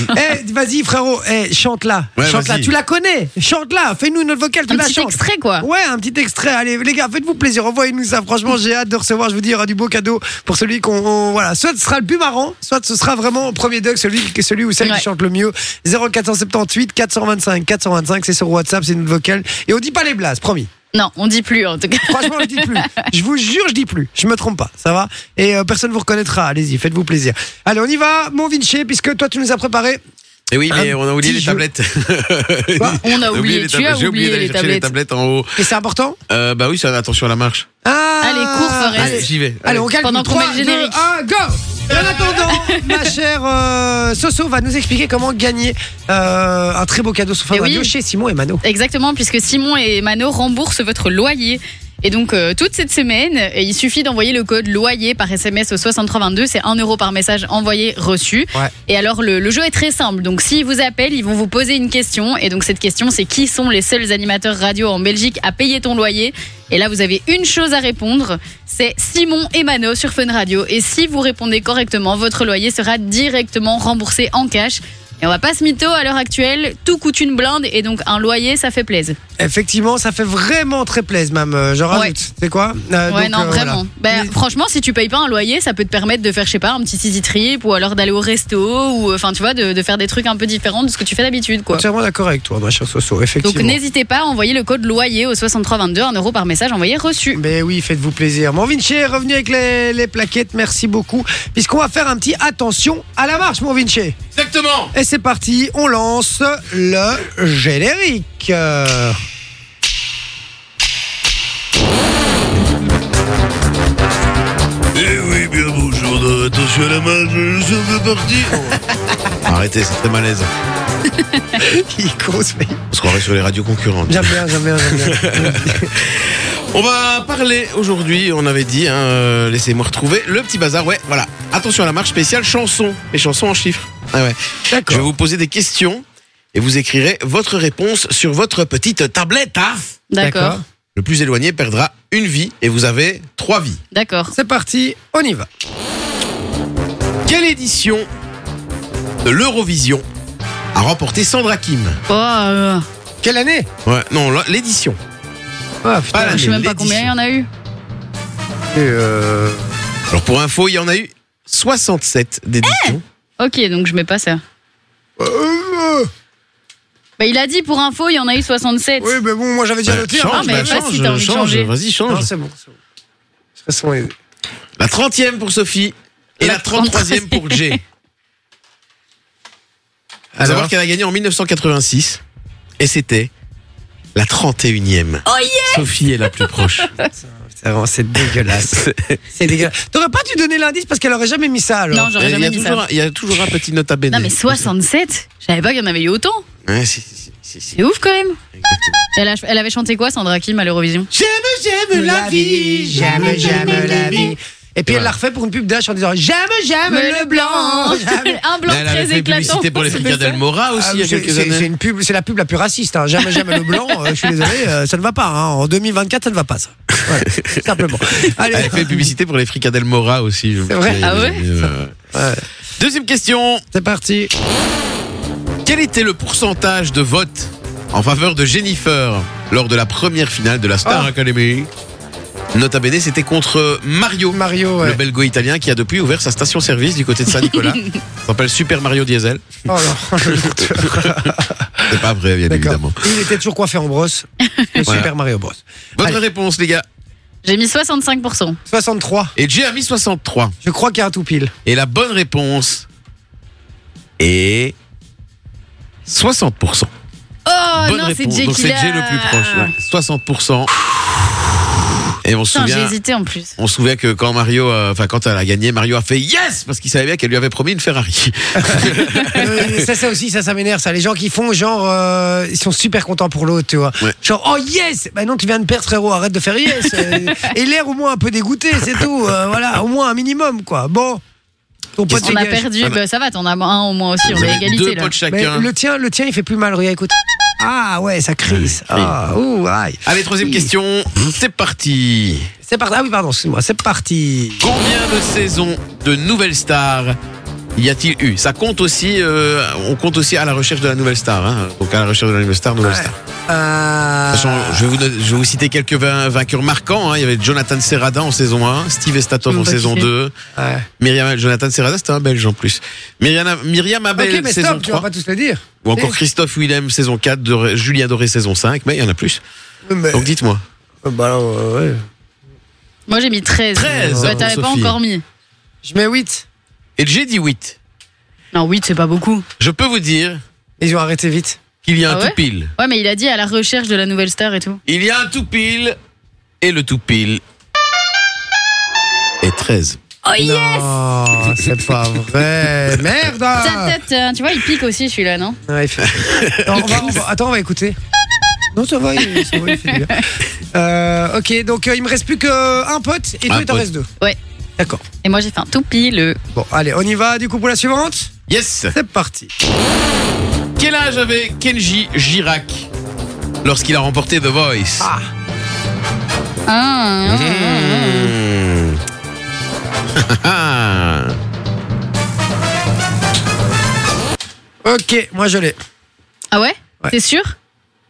Speaker 2: comprends. Eh, vas-y frérot, eh, chante là,
Speaker 1: Ouais,
Speaker 2: chante là.
Speaker 1: vas-y.
Speaker 2: Tu la connais, chante là. Fais-nous notre vocale, tu
Speaker 3: Un
Speaker 2: la
Speaker 3: petit
Speaker 2: chantes.
Speaker 3: extrait, quoi.
Speaker 2: bah, Ouais, un petit extrait. Allez, les gars, faites-vous plaisir. Envoyez-nous ça. Franchement, j'ai hâte de recevoir. Je vous dis, il y aura du beau cadeau pour celui qu'on. on- Voilà. Soit ce sera le plus marrant, soit ce sera vraiment au premier dog, celui, celui ou celle
Speaker 3: Ouais.
Speaker 2: qui chante le mieux. 0478 425 425, c'est sur WhatsApp, c'est notre vocale. Et on dit pas les blases, promis.
Speaker 3: Non, on dit plus en tout cas.
Speaker 2: Franchement, je dis plus. Je vous jure, je dis plus. Je me trompe pas, ça va Et euh, personne vous reconnaîtra. Allez-y, faites-vous plaisir. Allez, on y va, mon Vinci, puisque toi, tu nous as préparé.
Speaker 1: Et oui, mais
Speaker 2: Un
Speaker 1: on a oublié
Speaker 2: petit
Speaker 1: les
Speaker 2: jeu.
Speaker 1: tablettes.
Speaker 3: On a
Speaker 1: Bah, On a
Speaker 3: oublié,
Speaker 1: les
Speaker 3: tu as
Speaker 1: tablettes. J'ai oublié
Speaker 3: oublié
Speaker 1: d'aller
Speaker 3: les
Speaker 1: chercher les
Speaker 3: tablettes.
Speaker 1: tablettes en haut.
Speaker 2: Et c'est important
Speaker 1: Euh, bah oui, ça, attention à la marche.
Speaker 2: Ah
Speaker 3: Allez, cours, Forest.
Speaker 1: Allez, j'y vais.
Speaker 2: Allez, on calme.
Speaker 3: Pendant qu'on met le générique.
Speaker 2: 1, go Et en attendant, ma chère euh, Soso va nous expliquer comment gagner euh, un très beau cadeau sur Fun
Speaker 3: Eh oui.
Speaker 2: Radio chez Simon et Mano.
Speaker 3: Exactement, puisque Simon et Mano remboursent votre loyer. Et donc, euh, toute cette semaine, euh, il suffit d'envoyer le code loyer par SMS au 6322. C'est 1 euro par message envoyé, reçu.
Speaker 2: Ouais.
Speaker 3: Et alors, le, le jeu est très simple. Donc, s'ils vous appellent, ils vont vous poser une question. Et donc, cette question, c'est qui sont les seuls animateurs radio en Belgique à payer ton loyer Et là, vous avez une chose à répondre. C'est Simon et Mano sur Fun Radio. Et si vous répondez correctement, votre loyer sera directement remboursé en cash. Et on va pas se mytho à l'heure actuelle, tout coûte une blinde et donc un loyer ça fait plaisir.
Speaker 2: Effectivement, ça fait vraiment très plaisir, même. euh, Je rajoute. C'est quoi Euh,
Speaker 3: ouais,
Speaker 2: donc,
Speaker 3: non,
Speaker 2: euh, voilà.
Speaker 3: vraiment. Ben,
Speaker 2: Mais-
Speaker 3: Franchement, si tu payes pas un loyer, ça peut te permettre de faire, je sais pas, un petit city trip ou alors d'aller au resto ou euh, enfin, tu vois, de, de faire des trucs un peu différents de ce que tu fais d'habitude, quoi.
Speaker 2: Entièrement d'accord avec toi, ma chère Soso,
Speaker 3: Donc
Speaker 2: effectivement.
Speaker 3: n'hésitez pas à envoyer le code loyer au 6322, 1 euro par message envoyé reçu.
Speaker 2: Mais Ben oui, faites-vous plaisir. Mon Vinci est revenu avec les, les plaquettes, merci beaucoup. Puisqu'on va faire un petit attention à la marche, mon Vinci.
Speaker 1: Exactement.
Speaker 2: Et c'est parti, on lance le générique. Euh,
Speaker 5: Eh oui, bien bonjour, euh, attention à la main, je, je veux partir.
Speaker 1: Arrêtez, c'est très malaise.
Speaker 2: qui grosse mec.
Speaker 1: On se croirait sur les radios concurrentes.
Speaker 2: J'aime bien, j'aime bien, j'aime bien.
Speaker 1: On va parler aujourd'hui, on avait dit, hein, euh, laissez-moi retrouver le petit bazar. Ouais, voilà. Attention à la marche spéciale chanson. Les chansons en chiffres. Ah ouais. Je vais
Speaker 2: D'accord.
Speaker 1: vous poser des questions et vous écrirez votre réponse sur votre petite tablette. hein.
Speaker 3: D'accord.
Speaker 1: Le plus éloigné perdra une vie et vous avez trois vies.
Speaker 3: D'accord.
Speaker 2: C'est parti, on y va.
Speaker 1: Quelle édition de l'Eurovision a remporté Sandra Kim
Speaker 3: Oh, euh,
Speaker 2: Quelle année
Speaker 1: Ouais, non, la- l'édition.
Speaker 2: Ah putain,
Speaker 1: Pas la-
Speaker 3: je sais même pas
Speaker 1: l'édition.
Speaker 3: combien il y en a eu.
Speaker 2: euh,
Speaker 1: Alors pour info, il y en a eu 67 d'éditions.
Speaker 3: Ok, donc je mets pas ça.
Speaker 2: Euh,
Speaker 3: Bah, il a dit pour info, il y en a eu 67.
Speaker 2: Oui, mais bon, moi j'avais déjà
Speaker 1: Bah,
Speaker 2: noté. hein.
Speaker 1: change,
Speaker 3: Ah, mais
Speaker 1: bah,
Speaker 3: vas-y,
Speaker 1: change,
Speaker 3: t'as envie de
Speaker 1: change,
Speaker 3: changer.
Speaker 1: vas-y,
Speaker 2: Non,
Speaker 1: change.
Speaker 2: c'est bon. c'est bon. De toute façon, il-
Speaker 1: La 30e pour Sophie et la,
Speaker 3: La
Speaker 1: 33e pour Jay. À
Speaker 2: Alors
Speaker 1: savoir qu'elle a gagné en 1986 et c'était la 31e.
Speaker 3: Oh
Speaker 1: Sophie est la plus proche.
Speaker 2: c'est vraiment- c'est dégueulasse. c'est dégueulasse. T'aurais pas dû donner l'indice parce qu'elle aurait jamais mis ça alors.
Speaker 3: Non, j'aurais
Speaker 1: il, y
Speaker 3: jamais
Speaker 1: a
Speaker 3: mis
Speaker 1: toujours
Speaker 3: ça.
Speaker 1: un, il y a toujours un petit note à bene.
Speaker 3: Non, mais 67 Je savais pas qu'il y en avait eu autant.
Speaker 1: Ouais, si, si, si, si, si,
Speaker 3: C'est ouf quand même.
Speaker 1: exactement.
Speaker 3: Elle, a- elle avait chanté quoi, Sandra Kim, à l'Eurovision
Speaker 2: J'aime la vie, j'aime, j'aime la vie. Et puis elle l'a refait pour une pub d'âge en disant J'aime,
Speaker 1: Ah,
Speaker 2: j'aime le blanc. j'aime-
Speaker 3: Un blanc
Speaker 1: Mais elle avait
Speaker 3: très
Speaker 1: fait
Speaker 3: éclatant.
Speaker 1: publicité pour les
Speaker 3: C'est ça.
Speaker 1: fricadelles Mora aussi
Speaker 2: Ah,
Speaker 1: il y a
Speaker 2: c'est-
Speaker 1: quelques
Speaker 2: c'est- C'est
Speaker 1: années.
Speaker 2: une pub, c'est la pub la plus raciste. hein. Jamais, jamais le blanc. euh, je suis désolé, euh, ça ne va pas. hein. En 2024, ça ne va pas. Ça. Voilà, simplement. Allez,
Speaker 1: Elle avait fait publicité pour les fricadelles Mora aussi.
Speaker 2: C'est vrai
Speaker 1: Il y a
Speaker 3: Ah
Speaker 1: des
Speaker 3: ouais
Speaker 1: années, euh,
Speaker 2: Ouais.
Speaker 1: Deuxième question.
Speaker 2: c'est parti.
Speaker 1: Quel était le pourcentage de vote en faveur de Jennifer lors de la première finale de la Star
Speaker 2: Ah.
Speaker 1: Academy Nota bene, c'était contre Mario,
Speaker 2: Mario. ouais.
Speaker 1: le belgo-italien qui a depuis ouvert sa station-service du côté de Saint-Nicolas. Ça s'appelle Super Mario Diesel.
Speaker 2: Oh là, le menteur.
Speaker 1: C'est pas vrai, bien
Speaker 2: D'accord.
Speaker 1: évidemment.
Speaker 2: Il était toujours coiffé en brosse. Le
Speaker 1: Voilà.
Speaker 2: Super Mario Bros.
Speaker 1: Votre
Speaker 2: Allez.
Speaker 1: réponse, les gars.
Speaker 3: J'ai mis 65%.
Speaker 2: 63.
Speaker 1: Et Jay a mis 63.
Speaker 2: Je crois qu'il y a un tout pile.
Speaker 1: Et la bonne réponse est 60%.
Speaker 3: Oh
Speaker 1: bonne
Speaker 3: non, c'est
Speaker 1: réponse.
Speaker 3: Jay
Speaker 1: Donc
Speaker 3: qui
Speaker 1: c'est
Speaker 3: l'a.
Speaker 1: Jay le plus proche. ouais. 60%. Et on se
Speaker 3: Putain, j'ai
Speaker 1: souvient,
Speaker 3: hésité en plus.
Speaker 1: on se souvient que quand Mario, euh, enfin quand elle a gagné, Mario a fait yes parce qu'il savait bien qu'elle lui avait promis une Ferrari.
Speaker 2: Euh, ça, ça aussi, ça, ça m'énerve, ça. Les gens qui font genre, euh, ils sont super contents pour l'autre, tu vois.
Speaker 1: Ouais.
Speaker 2: Genre, oh yes Bah non, tu viens de perdre, frérot, arrête de faire yes. Euh, Et l'air au moins un peu dégoûté, c'est tout. Euh, voilà, au moins un minimum, quoi. Bon, ton pote
Speaker 3: On a
Speaker 2: dégage.
Speaker 3: perdu,
Speaker 1: Ah bah.
Speaker 3: bah, ça va, t'en as un au moins aussi, on
Speaker 1: Vous
Speaker 3: est
Speaker 1: avez deux
Speaker 3: égalité là.
Speaker 1: potes
Speaker 2: Mais
Speaker 1: chacun.
Speaker 2: le tien, le tien, il fait plus mal, regarde, écoute. Ah ouais, ça crise.
Speaker 1: Oui.
Speaker 2: Ah, ouh, aïe.
Speaker 1: Allez, troisième question. C'est parti.
Speaker 2: C'est parti. Ah oui, pardon, excuse-moi, c'est parti.
Speaker 1: Combien de saisons de Nouvelle Star y a-t-il eu Ça compte aussi, euh, on compte aussi à la recherche de la nouvelle star. hein. Donc à la recherche de la nouvelle star, nouvelle
Speaker 2: Ouais.
Speaker 1: star.
Speaker 2: Euh,
Speaker 1: Sachant, je, vais vous, donner- je vais vous citer quelques vain- vainqueurs marquants. hein. Il y avait Jonathan Serradin en saison 1, Steve Estatov
Speaker 3: Ils m'ont
Speaker 1: en
Speaker 3: pas
Speaker 1: saison
Speaker 3: kiffé.
Speaker 1: 2,
Speaker 2: ouais.
Speaker 1: Myriam, Jonathan Serradin, c'était un Belge en plus. Myriam, Myriam Abel,
Speaker 2: Ok, mais
Speaker 1: saison
Speaker 2: stop, tu vas
Speaker 1: 3.
Speaker 2: pas tous le dire.
Speaker 1: Ou encore
Speaker 2: Mais-
Speaker 1: Christophe Willem, saison 4, Doré- Julia Doré, saison 5, mais il y en a plus.
Speaker 2: Mais-
Speaker 1: Donc dites-moi.
Speaker 2: Euh, bah, non, euh, ouais.
Speaker 3: Moi j'ai mis 13.
Speaker 1: 13,
Speaker 3: Bah,
Speaker 1: hein,
Speaker 3: t'avais pas
Speaker 1: Sophie.
Speaker 3: encore mis.
Speaker 2: Je mets 8.
Speaker 1: Et j'ai dit 8.
Speaker 3: Non, 8, c'est pas beaucoup.
Speaker 1: Je peux vous dire
Speaker 2: Ils ont arrêté vite.
Speaker 1: qu'il y a un
Speaker 3: Ah ouais
Speaker 1: tout pile.
Speaker 3: Ouais, mais il a dit à la recherche de la nouvelle star et tout.
Speaker 1: Il y a un tout pile. Et le tout pile est 13.
Speaker 4: Oh yes
Speaker 2: Non, c'est pas vrai. Merde
Speaker 3: Ta- ta- ta. Tu vois, il pique aussi celui-là, non
Speaker 2: Ouais, il fait- Attends, on va- on va- Attends, on va écouter. Non, ça va, il, ça va, il fait du bien. Euh, ok, donc euh, il me reste plus qu'un pote et
Speaker 1: Un
Speaker 2: toi, il t'en
Speaker 1: pote.
Speaker 2: reste deux.
Speaker 3: Ouais.
Speaker 2: D'accord.
Speaker 3: Et moi j'ai fait un tout pile.
Speaker 2: Bon, allez, on y va du coup pour la suivante.
Speaker 1: Yes
Speaker 2: C'est parti.
Speaker 1: Quel âge avait Kenji Girac lorsqu'il a remporté The Voice
Speaker 2: Ah,
Speaker 3: Ah,
Speaker 1: Mmh.
Speaker 2: ok, moi je l'ai.
Speaker 3: ah ouais,
Speaker 2: Ouais.
Speaker 3: T'es sûr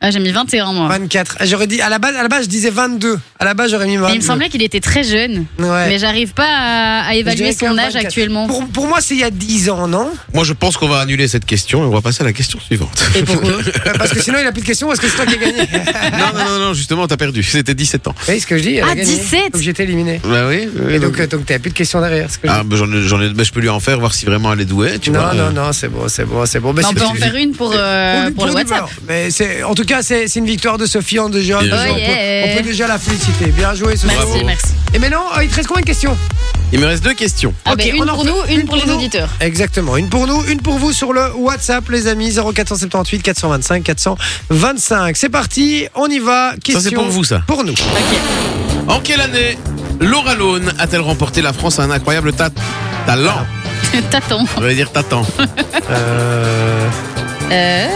Speaker 3: Ah, j'ai mis 21 moi.
Speaker 2: 24. Ah, J'aurais dit, à la, base, à la base, je disais 22. À la base, j'aurais mis
Speaker 3: Mais
Speaker 2: 22.
Speaker 3: il me semblait qu'il était très jeune.
Speaker 2: Ouais.
Speaker 3: Mais j'arrive pas à, à
Speaker 2: Je dirais
Speaker 3: évaluer son
Speaker 2: qu'un
Speaker 3: âge
Speaker 2: 24.
Speaker 3: actuellement.
Speaker 2: Pour, pour moi, c'est il y a 10 ans, non
Speaker 1: Moi, je pense qu'on va annuler cette question et on va passer à la question suivante.
Speaker 3: Et pourquoi
Speaker 2: Parce que sinon, il a plus de questions. Est-ce que c'est toi qui as gagné
Speaker 1: non, non, non, non, justement, t'as perdu. C'était 17 ans.
Speaker 2: Vous voyez ce que je dis elle a
Speaker 3: Ah,
Speaker 2: gagné.
Speaker 3: 17.
Speaker 2: Donc j'étais éliminé.
Speaker 1: Bah oui. oui,
Speaker 2: Et
Speaker 1: donc-
Speaker 2: donc, euh, donc t'avais plus de questions derrière. ce que je
Speaker 1: Ah, bah, j'en ai- j'en ai- bah, je peux lui en faire, voir si vraiment elle est douée, tu
Speaker 2: non,
Speaker 1: vois.
Speaker 2: non, non, c'est bon, c'est bon, c'est bon. Mais
Speaker 3: Bah, On
Speaker 2: c'est-
Speaker 3: peut en
Speaker 2: c'est-
Speaker 3: faire une pour, euh,
Speaker 2: pour lui- pour
Speaker 3: pour le
Speaker 2: lui,
Speaker 3: WhatsApp. Oh,
Speaker 2: alors. Mais c'est, en tout cas, c'est, c'est une victoire de Sophie en deux jeux.
Speaker 1: Bien
Speaker 2: On,
Speaker 1: joué.
Speaker 2: peut-
Speaker 3: Yeah.
Speaker 2: on peut déjà la féliciter. Bien joué, Sophie.
Speaker 3: Merci,
Speaker 1: Bravo.
Speaker 3: merci.
Speaker 2: Et maintenant, euh, il te reste combien de questions
Speaker 1: Il me reste deux questions.
Speaker 3: Ah
Speaker 2: Ok,
Speaker 3: ben,
Speaker 2: on
Speaker 3: une
Speaker 2: en
Speaker 3: pour
Speaker 2: fait
Speaker 3: nous,
Speaker 2: une
Speaker 3: une pour
Speaker 2: pour
Speaker 3: les
Speaker 2: nous.
Speaker 3: auditeurs.
Speaker 2: Exactement. Une pour nous, une pour vous sur le WhatsApp, les amis. 0478 425 425. C'est parti, on y va. Question
Speaker 1: c'est pour vous, ça.
Speaker 2: Pour nous.
Speaker 3: Ok.
Speaker 1: En quelle année Laura Lone a-t-elle remporté la France à un incroyable ta- talent
Speaker 3: T'attends.
Speaker 1: Je vais dire t'attends.
Speaker 2: Euh,
Speaker 3: Euh,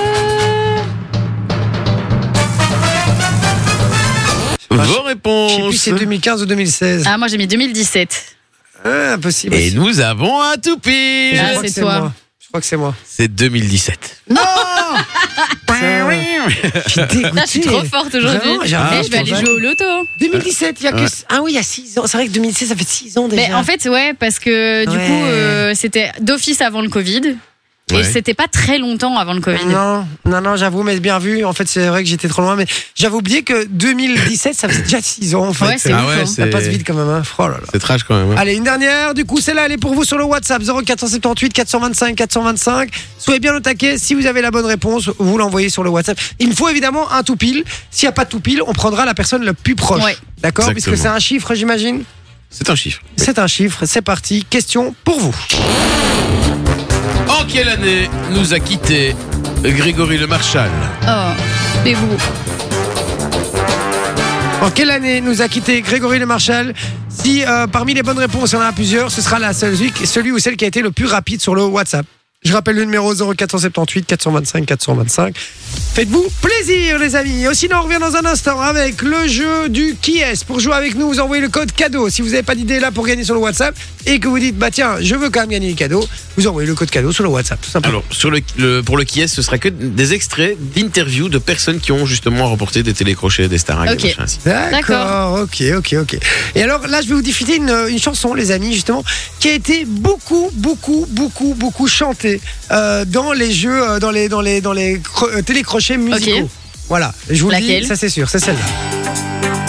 Speaker 1: Vos
Speaker 2: je sais plus
Speaker 1: réponses.
Speaker 2: si c'est 2015 ou 2016.
Speaker 3: Ah, moi j'ai mis 2017.
Speaker 2: Ah, impossible.
Speaker 1: Et nous avons un tout
Speaker 2: Je
Speaker 1: pire.
Speaker 3: Ah,
Speaker 2: crois que
Speaker 3: c'est toi.
Speaker 2: moi. Je crois que c'est moi.
Speaker 1: C'est 2017.
Speaker 2: Non Ah Je suis dégoûté.
Speaker 3: Là, Ah, je suis trop forte aujourd'hui.
Speaker 2: Vraiment,
Speaker 3: Eh,
Speaker 2: j'ai rien
Speaker 3: je vais aller
Speaker 2: entendu.
Speaker 3: jouer au loto.
Speaker 2: 2017, il y a que.
Speaker 1: Ouais.
Speaker 2: Ah oui, il y a 6 ans. C'est vrai que 2016, ça fait 6 ans déjà.
Speaker 3: Mais en fait, ouais, parce que du
Speaker 2: Ouais.
Speaker 3: coup, euh, c'était d'office avant le Covid. Et
Speaker 1: Ouais.
Speaker 3: c'était pas très longtemps avant le Covid.
Speaker 2: Euh, Non, non, non, j'avoue, mais bien vu. En fait, c'est vrai que j'étais trop loin, mais j'avais oublié que 2017, ça faisait déjà 6 ans, en fait.
Speaker 3: Ouais, c'est
Speaker 1: Ah
Speaker 3: ouf,
Speaker 1: ouais,
Speaker 3: hein.
Speaker 1: c'est-
Speaker 2: ça passe vite quand même, hein. Oh là là.
Speaker 1: C'est trash quand même. hein.
Speaker 2: Allez, une dernière. Du coup, celle-là, elle est pour vous sur le WhatsApp 0478 425 425. Soyez bien au taquet. Si vous avez la bonne réponse, vous l'envoyez sur le WhatsApp. Il me faut évidemment un tout pile. S'il n'y a pas de tout pile, on prendra la personne la plus proche.
Speaker 3: Ouais.
Speaker 2: D'accord
Speaker 1: Exactement.
Speaker 2: Puisque c'est un chiffre, j'imagine.
Speaker 1: C'est un chiffre.
Speaker 2: C'est un chiffre. C'est parti. Question pour vous.
Speaker 1: En quelle année nous a quitté Grégory Le Marchal
Speaker 3: Oh, mais vous.
Speaker 2: En quelle année nous a quitté Grégory Le Marchal Si euh, parmi les bonnes réponses, il y en a plusieurs, ce sera la seule, celui ou celle qui a été le plus rapide sur le WhatsApp. Je rappelle le numéro 0478 425 425. Faites-vous plaisir, les amis. Et sinon, on revient dans un instant avec le jeu du qui est. Pour jouer avec nous, vous envoyez le code cadeau. Si vous n'avez pas d'idée là pour gagner sur le WhatsApp et que vous dites, bah tiens, je veux quand même gagner le cadeau, vous envoyez le code cadeau sur le WhatsApp, tout simplement.
Speaker 1: Alors, sur le, le- pour le qui est, ce sera que des extraits d'interviews de personnes qui ont justement remporté des télécrochets, des staracs,
Speaker 3: Ok.
Speaker 1: des machins ainsi.
Speaker 2: D'accord, ok, ok, ok. Et alors là, je vais vous diffuser une, une chanson, les amis, justement, qui a été beaucoup, beaucoup, beaucoup, beaucoup chantée euh, dans les jeux, euh, dans les, dans les, dans les cro- euh, télécrochets musicaux.
Speaker 3: Ok.
Speaker 2: Voilà, je vous le dis,
Speaker 3: Laquelle
Speaker 2: ça c'est sûr, c'est celle-là.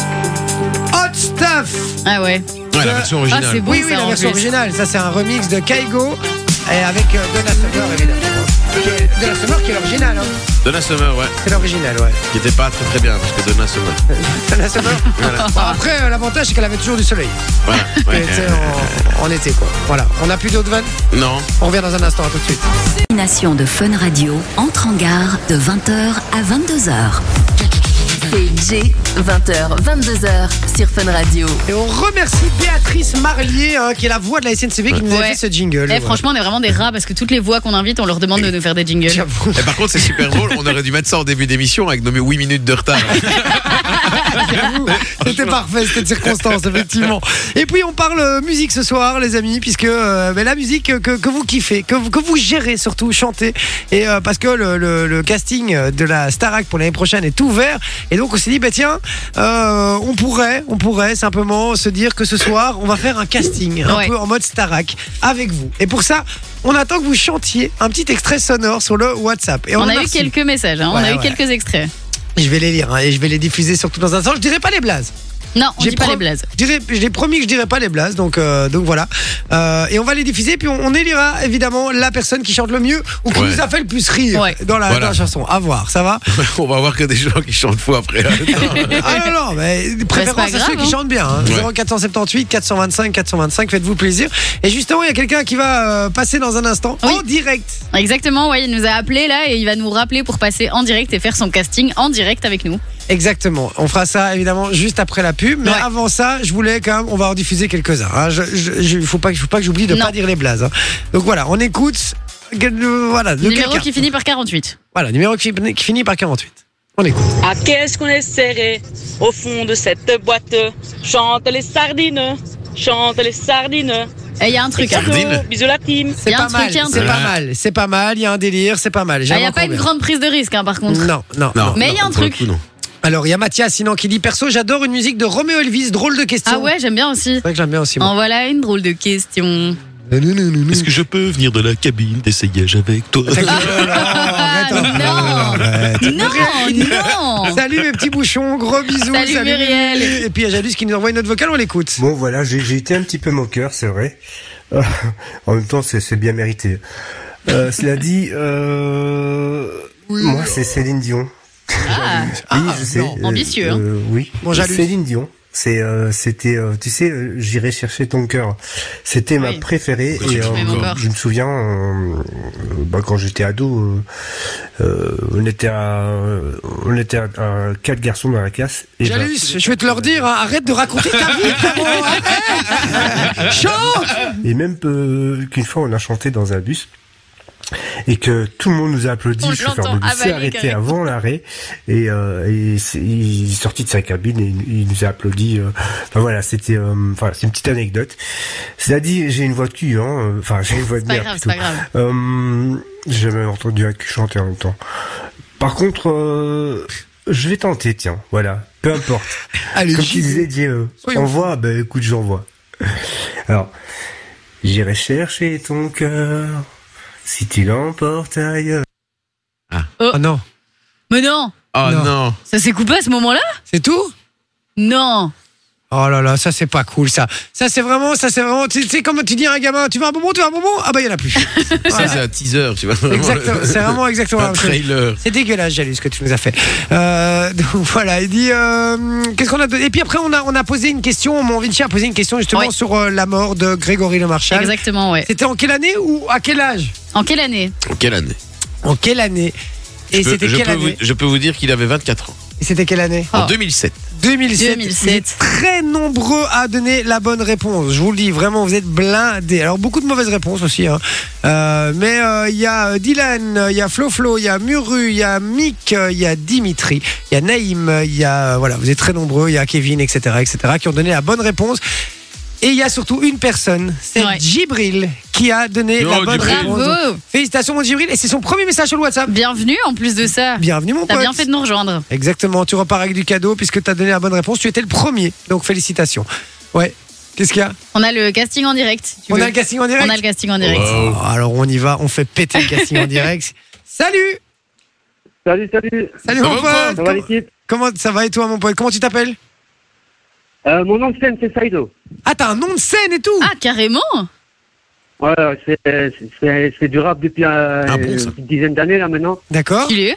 Speaker 2: Hot Stuff
Speaker 3: Ah ouais.
Speaker 1: Ouais, la version
Speaker 3: Ah,
Speaker 1: originale.
Speaker 3: c'est beau
Speaker 2: Oui, oui,
Speaker 3: ça
Speaker 2: la
Speaker 3: en
Speaker 2: version
Speaker 3: plus.
Speaker 2: originale, ça c'est un remix de Kaigo et avec euh, Donna Summer, évidemment. Qui est- Donna Summer qui est l'original, hein.
Speaker 1: Donna Summer, ouais,
Speaker 2: c'est l'original, ouais.
Speaker 1: qui était pas très très bien parce que Donna Summer.
Speaker 2: Donna Summer. Bon, après, euh, l'avantage c'est qu'elle avait toujours du soleil.
Speaker 1: Voilà. ouais.
Speaker 2: Et tu sais, en, en été quoi. Voilà, on a plus d'autres vannes.
Speaker 1: Non.
Speaker 2: On revient dans un instant, à tout de suite.
Speaker 9: Destination de Fun Radio entre en gare de 20h à 22h. C'est J, 20h, 22h sur Fun Radio.
Speaker 2: Et on remercie Béatrice Marlier, hein, qui est la voix de la SNCB, qui nous a
Speaker 3: Ouais.
Speaker 2: fait ce jingle.
Speaker 3: Eh,
Speaker 2: Voilà.
Speaker 3: franchement, on est vraiment des rats parce que toutes les voix qu'on invite, on leur demande de nous faire des jingles.
Speaker 2: J'avoue.
Speaker 1: Et par contre, c'est super drôle. On aurait dû mettre ça en début d'émission avec nos 8 minutes de retard.
Speaker 2: C'était parfait cette circonstance, effectivement. Et puis on parle euh, musique ce soir, les amis, puisque euh, ben, la musique euh, que, que vous kiffez, que, vous- que vous gérez surtout, chantez. Et euh, parce que le, le- le casting euh, de la Starac pour l'année prochaine est ouvert, et donc on s'est dit, bah tiens, euh, on pourrait, on pourrait simplement se dire que ce soir, on va faire un casting un
Speaker 3: Ouais.
Speaker 2: peu en mode Starac avec vous. Et pour ça, on attend que vous chantiez un petit extrait sonore sur le WhatsApp. Et on,
Speaker 3: On, a eu
Speaker 2: remercie.
Speaker 3: quelques messages, hein, on
Speaker 2: Ouais,
Speaker 3: a eu
Speaker 2: ouais.
Speaker 3: quelques extraits.
Speaker 2: Je vais les lire hein, et je vais les diffuser surtout dans un sens. Je dirai pas les blazes.
Speaker 3: Non, on
Speaker 2: J'ai
Speaker 3: dit pas
Speaker 2: pro-
Speaker 3: les blazes.
Speaker 2: Je dirais- je l'ai promis que je dirais pas les blazes, donc, euh, donc voilà. Euh, et on va les diffuser, puis on, on élira évidemment la personne qui chante le mieux ou qui
Speaker 1: Ouais.
Speaker 2: nous a fait le plus rire
Speaker 3: Ouais.
Speaker 2: dans, la,
Speaker 1: Voilà.
Speaker 2: dans la chanson. À voir, ça va
Speaker 1: On va voir que des gens qui chantent fou après.
Speaker 2: Ah non, non, mais
Speaker 3: pas
Speaker 2: préférence à
Speaker 3: grave,
Speaker 2: ceux qui
Speaker 3: hein.
Speaker 2: chantent bien. hein.
Speaker 1: Ouais.
Speaker 2: 0478 425 425, faites-vous plaisir. Et justement, il y a quelqu'un qui va euh, passer dans un instant
Speaker 3: Oui.
Speaker 2: en direct.
Speaker 3: Exactement, ouais, il nous a appelé là et il va nous rappeler pour passer en direct et faire son casting en direct avec nous.
Speaker 2: Exactement. On fera ça évidemment juste après la pub. Mais
Speaker 3: Ouais.
Speaker 2: avant ça, je voulais quand même, on va en diffuser quelques-uns. hein. Je, je- je- faut pas, faut pas que j'oublie de
Speaker 3: Non.
Speaker 2: pas dire les blazes. hein. Donc voilà, on écoute. euh, Voilà, de
Speaker 3: Numéro
Speaker 2: quelqu'un.
Speaker 3: qui finit par 48.
Speaker 2: Voilà, numéro qui, qui finit par 48. On écoute.
Speaker 10: Ah, qu'est-ce qu'on est serré au fond de cette boîte Chante les sardines, chante les sardines.
Speaker 3: Et Il y a un truc. hein.
Speaker 1: Sardines. Sardine.
Speaker 10: Bisous la team.
Speaker 2: C'est
Speaker 3: y a
Speaker 2: pas,
Speaker 3: un truc,
Speaker 2: mal.
Speaker 3: y a un
Speaker 2: C'est
Speaker 1: truc.
Speaker 2: pas mal. C'est pas mal. Il y a un délire. C'est pas mal.
Speaker 3: Ah, Il
Speaker 2: J'aime
Speaker 3: n'y a pas
Speaker 2: encore
Speaker 3: une
Speaker 2: bien.
Speaker 3: grande prise de risque hein, par contre.
Speaker 2: Non, non, non.
Speaker 3: Mais il y a un
Speaker 1: pour le
Speaker 3: truc.
Speaker 1: coup, non.
Speaker 2: Alors, il y a Mathias sinon qui dit perso, j'adore une musique de Romeo Elvis. Drôle de question.
Speaker 3: Ah ouais, j'aime bien aussi.
Speaker 2: C'est vrai que j'aime bien aussi. moi.
Speaker 3: En voilà une drôle de question.
Speaker 5: Est-ce que je peux venir de la cabine d'essayage avec toi
Speaker 2: Fait que- Oh là, arrête,
Speaker 3: non.
Speaker 2: arrête, arrête.
Speaker 3: Non, non
Speaker 2: Salut mes petits bouchons, gros bisous.
Speaker 3: Salut Muriel.
Speaker 2: Et puis il y a Jalus qui nous envoie une autre vocale, on l'écoute.
Speaker 11: Bon voilà, j'ai j'ai été un petit peu moqueur, c'est vrai. en même temps, c'est c'est bien mérité. Euh, cela dit, euh, moi c'est Céline Dion.
Speaker 3: Ah,
Speaker 11: oui, je sais.
Speaker 2: non,
Speaker 11: euh,
Speaker 3: ambitieux, hein.
Speaker 11: euh, oui.
Speaker 2: Bon, j'allume.
Speaker 11: Céline Dion. C'est, euh, c'était, euh, tu sais, euh, j'irai chercher ton cœur. C'était ma
Speaker 3: Oui.
Speaker 11: préférée et
Speaker 3: fais mon corps.
Speaker 11: je me souviens, euh, bah, quand j'étais ado, euh, euh, on était, à, on était à, à quatre garçons dans la classe. Et bah,
Speaker 2: Jalus, je vais te leur dire, hein, arrête de raconter ta vie, frérot, arrête. Chante
Speaker 11: et même euh, qu'une fois on a chanté dans un bus et que tout le monde nous a applaudi.
Speaker 3: On
Speaker 11: le chauffeur
Speaker 3: l'entend
Speaker 11: de bus s'est
Speaker 3: avaler
Speaker 11: arrêté
Speaker 3: carrément.
Speaker 11: avant l'arrêt et, euh, et c'est- il est sorti de sa cabine et il, il nous a applaudi. euh. Enfin voilà, c'était, euh, enfin c'est une petite anecdote. Cela dit, j'ai une voix de cul, hein. euh, Enfin j'ai une voix de
Speaker 3: c'est pas
Speaker 11: merde
Speaker 3: grave, c'est
Speaker 11: plutôt.
Speaker 3: pas grave.
Speaker 11: Euh, j'ai jamais entendu un cul chanter en même temps. Par contre, euh, je vais tenter, tiens. Voilà, peu importe.
Speaker 2: Allez,
Speaker 11: Comme tu disais, Dieu,
Speaker 2: Soyons
Speaker 11: envoie, ben écoute, j'envoie. Alors, j'irai chercher ton cœur si tu l'emportes ailleurs.
Speaker 2: Oh non,
Speaker 3: Mais non
Speaker 1: Oh
Speaker 2: Non.
Speaker 1: non.
Speaker 3: Ça s'est coupé à ce moment-là
Speaker 2: c'est tout
Speaker 3: Non
Speaker 2: Oh là là, ça c'est pas cool ça. Ça c'est vraiment, ça c'est vraiment, tu tu sais comme tu dis à un gamin, tu veux un bonbon, tu veux un bonbon Ah bah il y en a plus.
Speaker 1: Ça, c'est un teaser, tu vois. vraiment
Speaker 2: Exactement,
Speaker 1: le-
Speaker 2: c'est vraiment exactement la
Speaker 1: un
Speaker 2: même chose.
Speaker 1: trailer.
Speaker 2: C'est dégueulasse, Jalus, ce que tu nous as fait. Euh, donc voilà, il dit euh, qu'est-ce qu'on a donné Et puis après, on a on a posé une question. Mon Vinci a posé une question justement
Speaker 3: Oui.
Speaker 2: sur euh, la mort de Grégory Le Marchal.
Speaker 3: Exactement, ouais.
Speaker 2: C'était en quelle année ou à quel âge
Speaker 3: En quelle année
Speaker 1: En quelle année
Speaker 2: En quelle année Et
Speaker 1: Je peux-
Speaker 2: c'était
Speaker 1: je
Speaker 2: quelle
Speaker 1: peux vous-
Speaker 2: année Ah.
Speaker 1: Je peux vous dire qu'il avait 24 ans.
Speaker 2: Et c'était quelle année
Speaker 1: En
Speaker 3: Oh.
Speaker 1: 2007.
Speaker 2: 2007.
Speaker 3: 2007.
Speaker 2: Vous êtes très nombreux à donner la bonne réponse. Je vous le dis, vraiment, vous êtes blindés. Alors, beaucoup de mauvaises réponses aussi. hein. Euh, mais euh, il y a euh, Dylan, euh, il y a Floflo, il y a Muru, il y a Mick, euh, il y a Dimitri, il y a Naïm, euh, il y a. euh, voilà, vous êtes très nombreux. Il y a Kevin, etc., etc., qui ont donné la bonne réponse. Et il y a surtout une personne, c'est
Speaker 3: Ouais.
Speaker 2: Djibril, qui a donné
Speaker 1: Yo,
Speaker 2: la bonne
Speaker 1: Djibril.
Speaker 2: réponse.
Speaker 3: Bravo
Speaker 2: Félicitations, mon Djibril. Et c'est son premier message sur le WhatsApp.
Speaker 3: Bienvenue en plus de ça.
Speaker 2: Bienvenue, mon
Speaker 3: T'as
Speaker 2: pote.
Speaker 3: bien fait de nous rejoindre.
Speaker 2: Exactement, tu repars avec du cadeau puisque tu as donné la bonne réponse. Tu étais le premier, donc félicitations. Ouais, qu'est-ce qu'il y a
Speaker 3: On a le casting en direct. si tu
Speaker 2: On
Speaker 3: veux.
Speaker 2: a le casting en direct
Speaker 3: On a le casting en direct.
Speaker 1: Wow.
Speaker 2: Oh, Alors on y va, on fait péter le casting en direct. Salut
Speaker 10: Salut, salut,
Speaker 2: Salut
Speaker 1: Ça
Speaker 2: mon
Speaker 1: va ou pas
Speaker 2: pote Comment-
Speaker 10: l'équipe
Speaker 2: Comment ça va et toi mon pote Comment tu t'appelles
Speaker 10: Euh, Mon nom de scène, c'est Saido.
Speaker 2: Ah t'as un nom de scène et tout
Speaker 3: Ah, carrément
Speaker 10: Ouais, c'est- c'est- c'est c'est du rap depuis euh,
Speaker 1: Ah bon, ça
Speaker 10: une dizaine d'années là maintenant.
Speaker 2: D'accord
Speaker 3: Culé.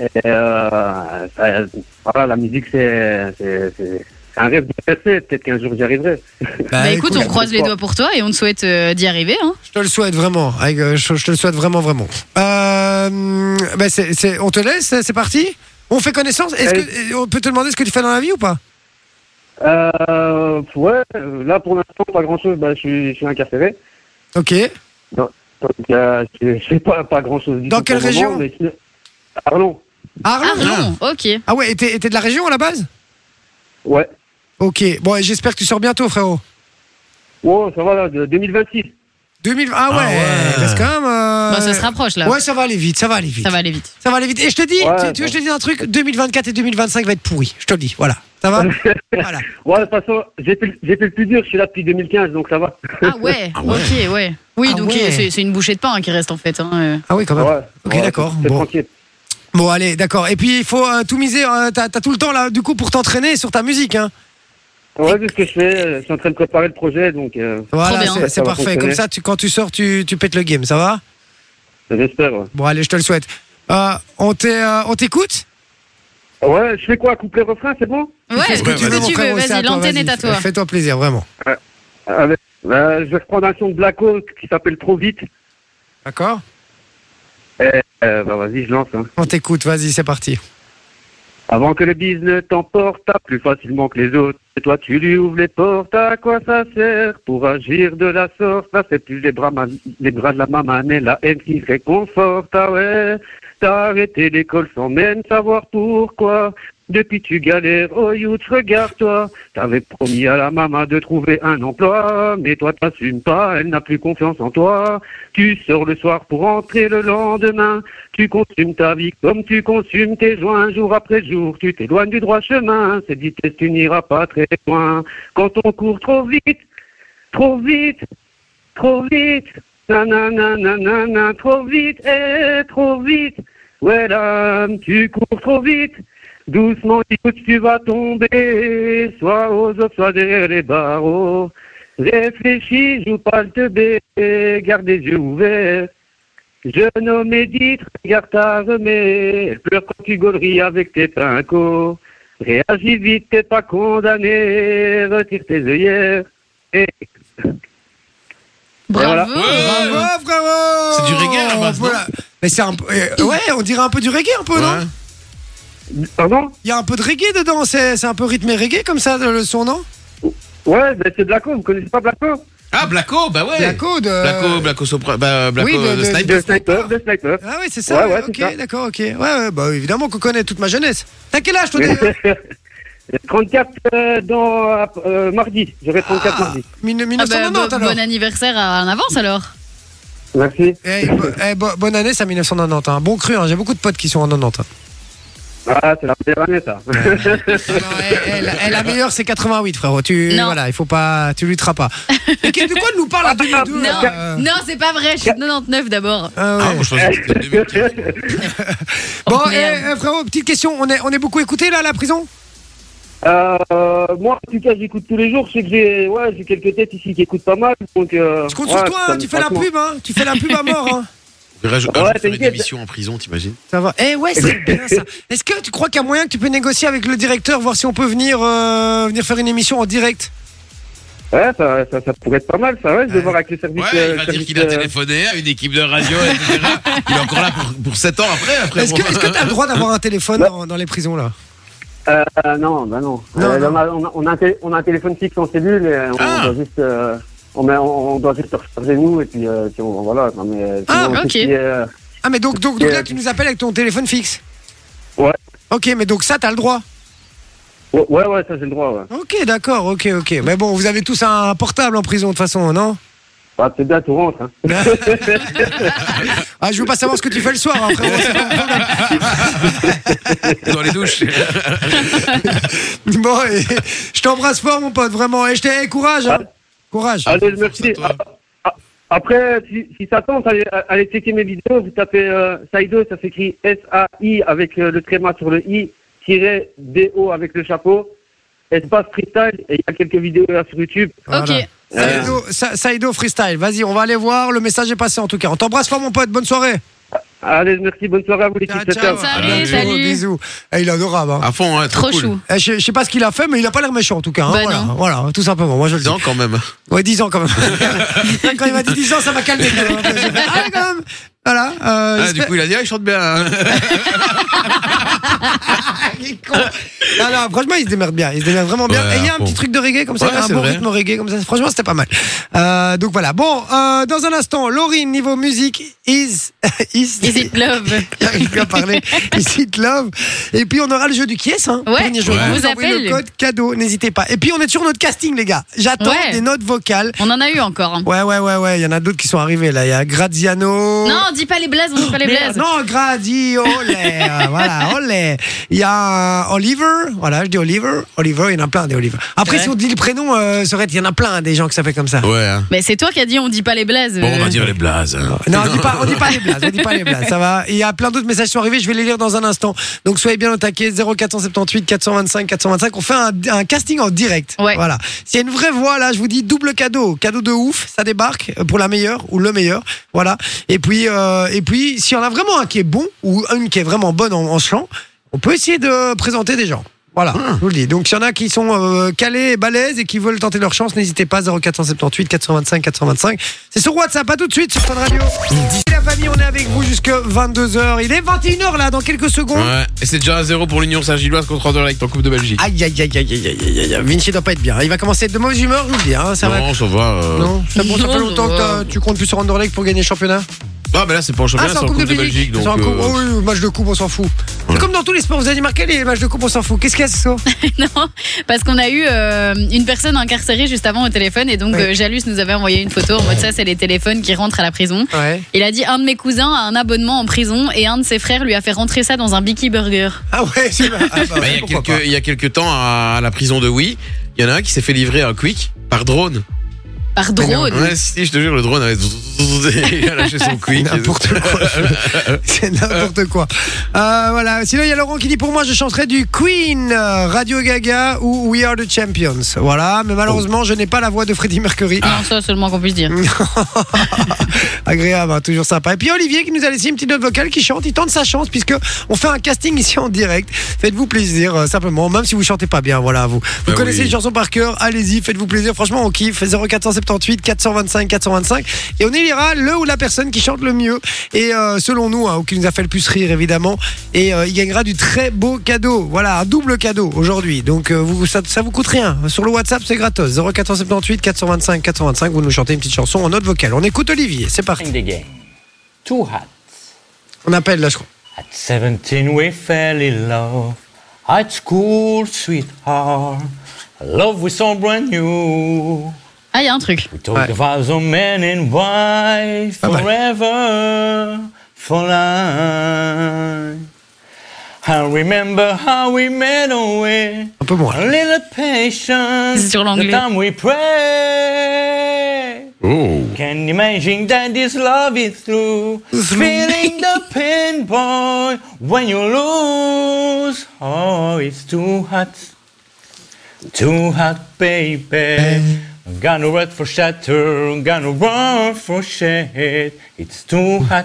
Speaker 10: Et, euh, ça- voilà, la musique, c'est c'est- c'est- c'est un rêve de percer. Peut-être qu'un jour j'y arriverai.
Speaker 3: Bah,
Speaker 2: Ah,
Speaker 3: écoute, on croise les doigts pour toi et on te souhaite euh, d'y arriver. Hein.
Speaker 2: Je te le souhaite vraiment, avec, euh, je, je te le souhaite vraiment vraiment. Euh, bah, c'est- c'est- on te laisse, c'est c'est parti On fait connaissance Est-ce que, euh, On peut te demander ce que tu fais dans la vie ou pas
Speaker 10: Euh, ouais, là pour l'instant, pas grand-chose. Bah, je, suis- je suis incarcéré.
Speaker 2: Ok.
Speaker 10: Donc, euh, je je fais pas, pas grand-chose du
Speaker 2: Dans
Speaker 10: tout
Speaker 2: quelle
Speaker 10: pour le moment,
Speaker 2: région
Speaker 10: mais sinon- Arlon.
Speaker 3: Arlon, ok.
Speaker 2: Ah ouais, et t'es et t'es de la région à la base
Speaker 10: Ouais.
Speaker 2: Ok, bon, et j'espère que tu sors bientôt, frérot.
Speaker 10: Oh, ça va, là, de 2026.
Speaker 2: 2000... Ah ouais, parce que quand même. euh,
Speaker 3: Bah, ça se rapproche, là.
Speaker 2: Ouais, ça va aller vite, ça va aller vite.
Speaker 3: Ça va aller vite.
Speaker 2: Ça va aller vite. Et je te dis,
Speaker 10: Ouais,
Speaker 2: tu- tu veux que je te dis un truc 2024 et 2025 va être pourri. Je te le dis, voilà. Ça va Voilà.
Speaker 10: Ouais, de toute façon, j'ai fait, le- j'ai fait le plus dur, je suis là depuis 2015, donc ça va.
Speaker 3: Ah ouais, ok, ouais. Oui,
Speaker 2: Ah
Speaker 3: donc
Speaker 2: ouais.
Speaker 3: euh, c'est- c'est une bouchée de pain hein, qui reste en fait. hein, euh.
Speaker 2: Ah oui, quand même.
Speaker 10: Ouais,
Speaker 2: ok,
Speaker 10: ouais,
Speaker 2: d'accord.
Speaker 10: c'est
Speaker 2: Bon.
Speaker 10: tranquille.
Speaker 2: bon, allez, d'accord. Et puis, il faut euh, tout miser. euh, T'as t'as tout le temps, là, du coup, pour t'entraîner sur ta musique. Hein.
Speaker 10: Ouais, c'est ce que je fais, euh, je suis en train de préparer le projet, donc. euh,
Speaker 2: Voilà,
Speaker 10: ça
Speaker 2: c'est- c'est
Speaker 10: va
Speaker 2: parfait.
Speaker 10: fonctionner.
Speaker 2: Comme ça, tu, quand tu sors, tu, tu pètes le game, ça va
Speaker 10: J'espère, ouais.
Speaker 2: Bon, allez, je te le souhaite. Euh, on t'est, euh, on t'écoute
Speaker 10: Ouais, je fais quoi Couplet refrain, c'est bon
Speaker 3: Ouais,
Speaker 2: Fais ce que
Speaker 3: ouais,
Speaker 2: tu
Speaker 3: vas-y.
Speaker 2: veux, mon
Speaker 3: tu
Speaker 2: frérot,
Speaker 3: veux,
Speaker 2: c'est
Speaker 3: vas-y,
Speaker 2: à toi,
Speaker 3: l'antenne est à toi.
Speaker 2: Fais-toi plaisir, vraiment.
Speaker 10: Avec- euh, Je vais reprendre un son de Blacko qui s'appelle Trop Vite.
Speaker 2: D'accord
Speaker 10: Eh, euh, bah, vas-y, je lance. hein.
Speaker 2: On t'écoute, vas-y, c'est parti.
Speaker 10: Avant que le business t'emporte à plus facilement que les autres, et toi tu lui ouvres les portes, à quoi ça sert Pour agir de la sorte, là c'est plus les bras, ma- les bras de la maman et la haine qui réconforte, ah ouais T'as arrêté l'école sans même savoir pourquoi depuis tu galères, oh youth, regarde-toi. T'avais promis à la maman de trouver un emploi, mais toi t'assumes pas, elle n'a plus confiance en toi. Tu sors le soir pour entrer le lendemain, tu consumes ta vie comme tu consumes tes joints, jour après jour, tu t'éloignes du droit chemin, cette vitesse tu n'iras pas très loin. Quand on court trop vite, trop vite, trop vite, nanana, nanana, trop vite, eh, trop vite, ouais l'âme, tu cours trop vite, doucement écoute, tu vas tomber, soit aux autres, soit derrière les barreaux, réfléchis, joue pas le teubé, garde les yeux ouverts, je nomme médite, regarde ta remée, pleure quand tu gauleries avec tes pincos, réagis vite, t'es pas condamné, retire tes œillères, et...
Speaker 3: Bravo. Ah
Speaker 2: Bravo, frérot
Speaker 1: Euh. C'est du reggae, à la base,
Speaker 2: On peut
Speaker 1: non
Speaker 2: la- Mais c'est un peu. euh, Ouais, on dirait un peu du reggae, un peu, non
Speaker 10: Pardon
Speaker 2: Il y a un peu de reggae dedans, c'est c'est un peu rythmé reggae comme ça, le son, non
Speaker 10: Ouais, ben c'est Blacko, vous connaissez pas Blacko
Speaker 1: Ah, Blacko, bah ouais.
Speaker 2: Blacko de-
Speaker 1: Blacko, Blacko Sopra- bah, Blacko,
Speaker 2: euh, Oui, de-
Speaker 1: euh,
Speaker 2: de-
Speaker 1: Sniper.
Speaker 10: De sniper, de sniper.
Speaker 2: Ah oui, c'est ça.
Speaker 10: Ouais, ouais, c'est ça.
Speaker 2: ok, d'accord, ok. Ouais, ouais, bah évidemment qu'on connaît toute ma jeunesse. T'as quel âge, toi d'ailleurs
Speaker 10: 34 euh, dans euh, mardi, j'aurai 34 mardi.
Speaker 2: Mille-
Speaker 3: Ah bah,
Speaker 2: 1990
Speaker 3: bon,
Speaker 2: alors.
Speaker 3: bon anniversaire à- en avance alors.
Speaker 10: Merci.
Speaker 2: Eh, bo- eh, bo- bonne année, ça 1990. hein. Bon cru, hein, j'ai beaucoup de potes qui sont en 90. hein.
Speaker 10: Ah, c'est la première année ça.
Speaker 2: Eh, eh, la, eh, la meilleure, c'est 88, frérot. Tu,
Speaker 3: Non.
Speaker 2: voilà, il faut pas, tu lutteras pas. Et que- de quoi elle nous parle à
Speaker 10: Ah,
Speaker 2: 2002
Speaker 3: Non,
Speaker 2: là
Speaker 3: non, c'est pas vrai, je suis de 99 d'abord.
Speaker 2: Ah euh, ouais.
Speaker 1: Ah, moi, je pensais que c'était le 2015.
Speaker 2: Bon,
Speaker 3: Oh,
Speaker 2: eh,
Speaker 3: merde.
Speaker 2: eh, frérot, petite question. On est, on est beaucoup écouté là à la prison
Speaker 10: Euh, moi, en tout cas, j'écoute tous les jours. Je sais que j'ai ouais, j'ai quelques têtes ici qui écoutent pas mal. Donc, euh,
Speaker 2: Je compte
Speaker 10: ouais,
Speaker 2: sur toi,
Speaker 10: ça
Speaker 2: hein,
Speaker 10: me-
Speaker 2: tu fais la
Speaker 10: franchement.
Speaker 2: pub, hein. Tu fais la pub à mort, hein.
Speaker 1: On verra, je- un
Speaker 10: Ouais,
Speaker 1: jour, je ferai une
Speaker 10: t'inquiète.
Speaker 1: émission en prison, t'imagines
Speaker 2: Ça va. Eh ouais, c'est bien ça. Est-ce que tu crois qu'il y a moyen que tu peux négocier avec le directeur, voir si on peut venir, euh, venir faire une émission en direct
Speaker 10: Ouais, ça, ça, ça pourrait être pas mal, ça, ouais. Je vais voir avec les services.
Speaker 1: Ouais,
Speaker 10: euh,
Speaker 1: il va dire
Speaker 10: services,
Speaker 1: qu'il a
Speaker 10: euh,
Speaker 1: téléphoné à une équipe de radio, etc. il est encore là pour, pour 7 ans après. après
Speaker 2: Est-ce que est-ce que t'as le droit d'avoir un téléphone dans, dans les prisons là
Speaker 10: euh, non, bah non.
Speaker 2: Non,
Speaker 10: Euh,
Speaker 2: non.
Speaker 10: On, a, on, a, on a un télé- on a un téléphone fixe en cellule et on
Speaker 1: Ah.
Speaker 10: doit juste. euh, on, met- on, on doit juste recharger nous et puis, euh, puis on, voilà. Non, mais, euh,
Speaker 2: Ah,
Speaker 10: sinon,
Speaker 3: ok.
Speaker 10: tout ce qui est, euh,
Speaker 2: Ah mais donc, donc, donc là tu nous appelles avec ton téléphone fixe
Speaker 10: Ouais.
Speaker 2: Ok, mais donc ça t'as le droit.
Speaker 10: ouais, ouais, ouais, ça j'ai le droit, ouais.
Speaker 2: Ok, d'accord, ok, ok. Mais bon, vous avez tous un portable en prison de toute façon, non
Speaker 10: Bah, c'est bien, tout rentre. Hein.
Speaker 2: Ah, je veux pas savoir ce que tu fais le soir, hein, frérot. c'est pas un problème.
Speaker 1: Dans les douches.
Speaker 2: Bon, et- je t'embrasse fort, mon pote, vraiment. Et je t'ai eh, courage, hein. courage.
Speaker 10: Allez, merci.
Speaker 1: toi.
Speaker 10: Ah, ah, Après, si, si ça tente, allez, allez checker mes vidéos. Vous tapez euh, Saido, ça s'écrit S-A-I avec euh, le tréma sur le I, tiré D-O avec le chapeau, espace freestyle, et il y a quelques vidéos là sur YouTube.
Speaker 2: Voilà.
Speaker 3: Ah, Ok.
Speaker 10: Euh,
Speaker 2: Saïdo, Sa- Saïdo freestyle. Vas-y, on va aller voir. Le message est passé en tout cas. On t'embrasse fort, mon pote. Bonne soirée.
Speaker 10: allez, merci, bonne soirée à vous, l'équipe. Ciao, ciao.
Speaker 3: Salut,
Speaker 2: Bisous,
Speaker 3: salut.
Speaker 2: Bisous. Eh, il est adorable. hein.
Speaker 1: À fond, hein,
Speaker 3: Trop
Speaker 1: cool.
Speaker 3: chou.
Speaker 2: Eh, je, je sais pas ce qu'il a fait, mais il a pas l'air méchant en tout cas. hein.
Speaker 3: Bah
Speaker 2: voilà,
Speaker 3: non.
Speaker 2: voilà, tout simplement. Moi je le dis.
Speaker 1: Dis-en quand même.
Speaker 2: Ouais, 10 ans quand même. quand il m'a dit 10 ans, ça m'a calmé. quand même. J'ai fait, Ah, quand même. Voilà. euh,
Speaker 1: Ah, du
Speaker 2: j'espère-
Speaker 1: coup, il a dit, ah, il chante bien. hein.
Speaker 2: Il est con. Non, non, franchement, il se démerde bien. Il se démerde vraiment bien.
Speaker 1: Ouais,
Speaker 2: Et il y a un
Speaker 1: bon.
Speaker 2: petit truc de reggae comme ça,
Speaker 1: Ouais,
Speaker 2: un
Speaker 1: c'est
Speaker 2: bon
Speaker 1: vrai.
Speaker 2: rythme reggae comme ça. Franchement, c'était pas mal. Euh, donc voilà. Bon, euh, dans un instant, Laurine, niveau musique, is. is,
Speaker 3: Is it love
Speaker 2: J'arrive plus à parler. Is it love Et puis, on aura le jeu du qui est, hein.
Speaker 3: Ouais,
Speaker 2: Premier jeu.
Speaker 3: on vous
Speaker 2: envoyez
Speaker 3: appelle.
Speaker 2: le code cadeau, n'hésitez pas. Et puis, on est sur notre casting, les gars. J'attends
Speaker 3: Ouais.
Speaker 2: des notes vocales.
Speaker 3: On en a eu encore. hein.
Speaker 2: Ouais, ouais, ouais, ouais. Il y en a d'autres qui sont arrivés, là. Il y a Graziano.
Speaker 3: Non, dis pas les blazes, on dit pas les
Speaker 2: Oh. Mais, euh,
Speaker 3: blazes.
Speaker 2: non, Grady, olé, euh, voilà, olé. Il y a euh, Oliver, voilà, je dis Oliver, Oliver, il y en a plein des Oliver. Après,
Speaker 3: Ouais.
Speaker 2: si on dit le prénom, euh, Sorette, il y en a plein des gens qui s'appellent comme ça.
Speaker 1: Ouais. hein.
Speaker 3: Mais c'est toi qui as dit on dit pas les blazes.
Speaker 1: Bon, on
Speaker 3: euh.
Speaker 1: va dire les blazes. hein.
Speaker 2: Non, on dit pas, on dit pas les blagues, on dit pas les blagues, ça va. Il y a plein d'autres messages qui sont arrivés, je vais les lire dans un instant. Donc soyez bien au taquet, 0478 425 425. On fait un, un casting en direct.
Speaker 3: Ouais.
Speaker 2: Voilà. S'il y a une vraie voix là, je vous dis double cadeau, cadeau de ouf, ça débarque euh, pour la meilleure ou le meilleur. Voilà. Et puis, euh, et puis, s'il y en a vraiment un qui est bon ou une qui est vraiment bonne en, en chant, on peut essayer de présenter des gens. Voilà,
Speaker 1: Ah.
Speaker 2: je vous le dis. Donc, s'il y en a qui sont euh, calés et balèzes et qui veulent tenter leur chance, n'hésitez pas, 0478 425 425. C'est sur WhatsApp, pas tout de suite sur Fun Radio. La famille, on est avec vous jusque 22h. Il est 21h là, dans quelques secondes.
Speaker 1: Ouais. Et c'est déjà à zéro pour l'Union Saint-Gilloise contre Anderlecht en Coupe de Belgique.
Speaker 2: Aïe, aïe, aïe, aïe, aïe, aïe, aïe, aïe, aïe. Vinci doit pas être bien. Il va commencer à être de mauvaise humeur, je vous le dis. hein, Ça va.
Speaker 1: non, ça va. euh.
Speaker 2: Non, ça, bon, ça fait
Speaker 3: Non,
Speaker 2: longtemps que t'as- tu comptes plus sur Anderlecht pour gagner le championnat
Speaker 1: Ah, mais là, c'est pas en championnat, c'est en Coupe de Belgique.
Speaker 2: C'est en
Speaker 1: donc,
Speaker 2: coupe-
Speaker 1: euh,
Speaker 2: oh oui, oui, match de coupe, on s'en fout. C'est comme dans tous les sports, vous avez marqué les matchs de coupe, on s'en fout. Qu'est-ce qu'il y a, Soso
Speaker 3: Non, parce qu'on a eu euh, une personne incarcérée juste avant au téléphone et donc
Speaker 2: Oui.
Speaker 3: euh, Jalus nous avait envoyé une photo en mode ça c'est les téléphones qui rentrent à la prison.
Speaker 2: Ouais.
Speaker 3: Il a dit un de mes cousins a un abonnement en prison et un de ses frères lui a fait rentrer ça dans un Biki Burger.
Speaker 2: Ah ouais, c'est ah bah
Speaker 1: bah,
Speaker 2: ouais,
Speaker 1: il, y a
Speaker 2: pourquoi
Speaker 1: quelques, il y a quelques temps, à la prison de Oui, il y en a un qui s'est fait livrer un quick par drone.
Speaker 3: Par drone.
Speaker 1: Ouais, si, je te jure, le drone avait. il a lâché son quick.
Speaker 2: N'importe quoi. C'est n'importe quoi. Euh, voilà. Sinon, il y a Laurent qui dit pour moi, je chanterai du Queen, euh, Radio Gaga ou We Are the Champions. Voilà. Mais
Speaker 1: Oh.
Speaker 2: malheureusement, je n'ai pas la voix de Freddie Mercury.
Speaker 1: Ah.
Speaker 3: Non, ça seulement qu'on puisse dire.
Speaker 2: Agréable, hein, toujours sympa. Et puis Olivier qui nous a laissé une petite note vocale qui chante. Il tente sa chance puisque on fait un casting ici en direct. Faites-vous plaisir, euh, simplement. Même si vous chantez pas bien, voilà, vous. Vous
Speaker 1: Bah
Speaker 2: connaissez
Speaker 1: oui.
Speaker 2: les chansons par cœur. Allez-y, faites-vous plaisir. Franchement, on kiffe. 0478 425 425. Et on élira le ou la personne qui chante le mieux. Et euh, selon nous, hein, ou qui nous a fait le plus rire, évidemment. Et euh, il gagnera du très beau cadeau. Voilà, un double cadeau aujourd'hui. Donc euh, vous, ça, ça vous coûte rien. Sur le WhatsApp, c'est gratos. 0478 425 425. Vous nous chantez une petite chanson en note vocale. On écoute Olivier. C'est parti.
Speaker 12: in the game. Two hats.
Speaker 2: On appelle là, je crois.
Speaker 12: At 17 we fell in love. At school, sweetheart. A Ah, Love we saw brand new.
Speaker 3: Ah, il y a un truc.
Speaker 12: We talked about the man and wife forever, for life. I remember how we made our way.
Speaker 2: Un peu moins.
Speaker 12: A little patience.
Speaker 3: C'est sur l'anglais.
Speaker 12: The time we pray.
Speaker 1: Oh.
Speaker 12: Can you imagine that this love is through? Feeling the pain, boy, when you lose. Oh, it's too hot, too hot, baby. I'm gonna run for shelter, I'm gonna run for shade. It's too hot,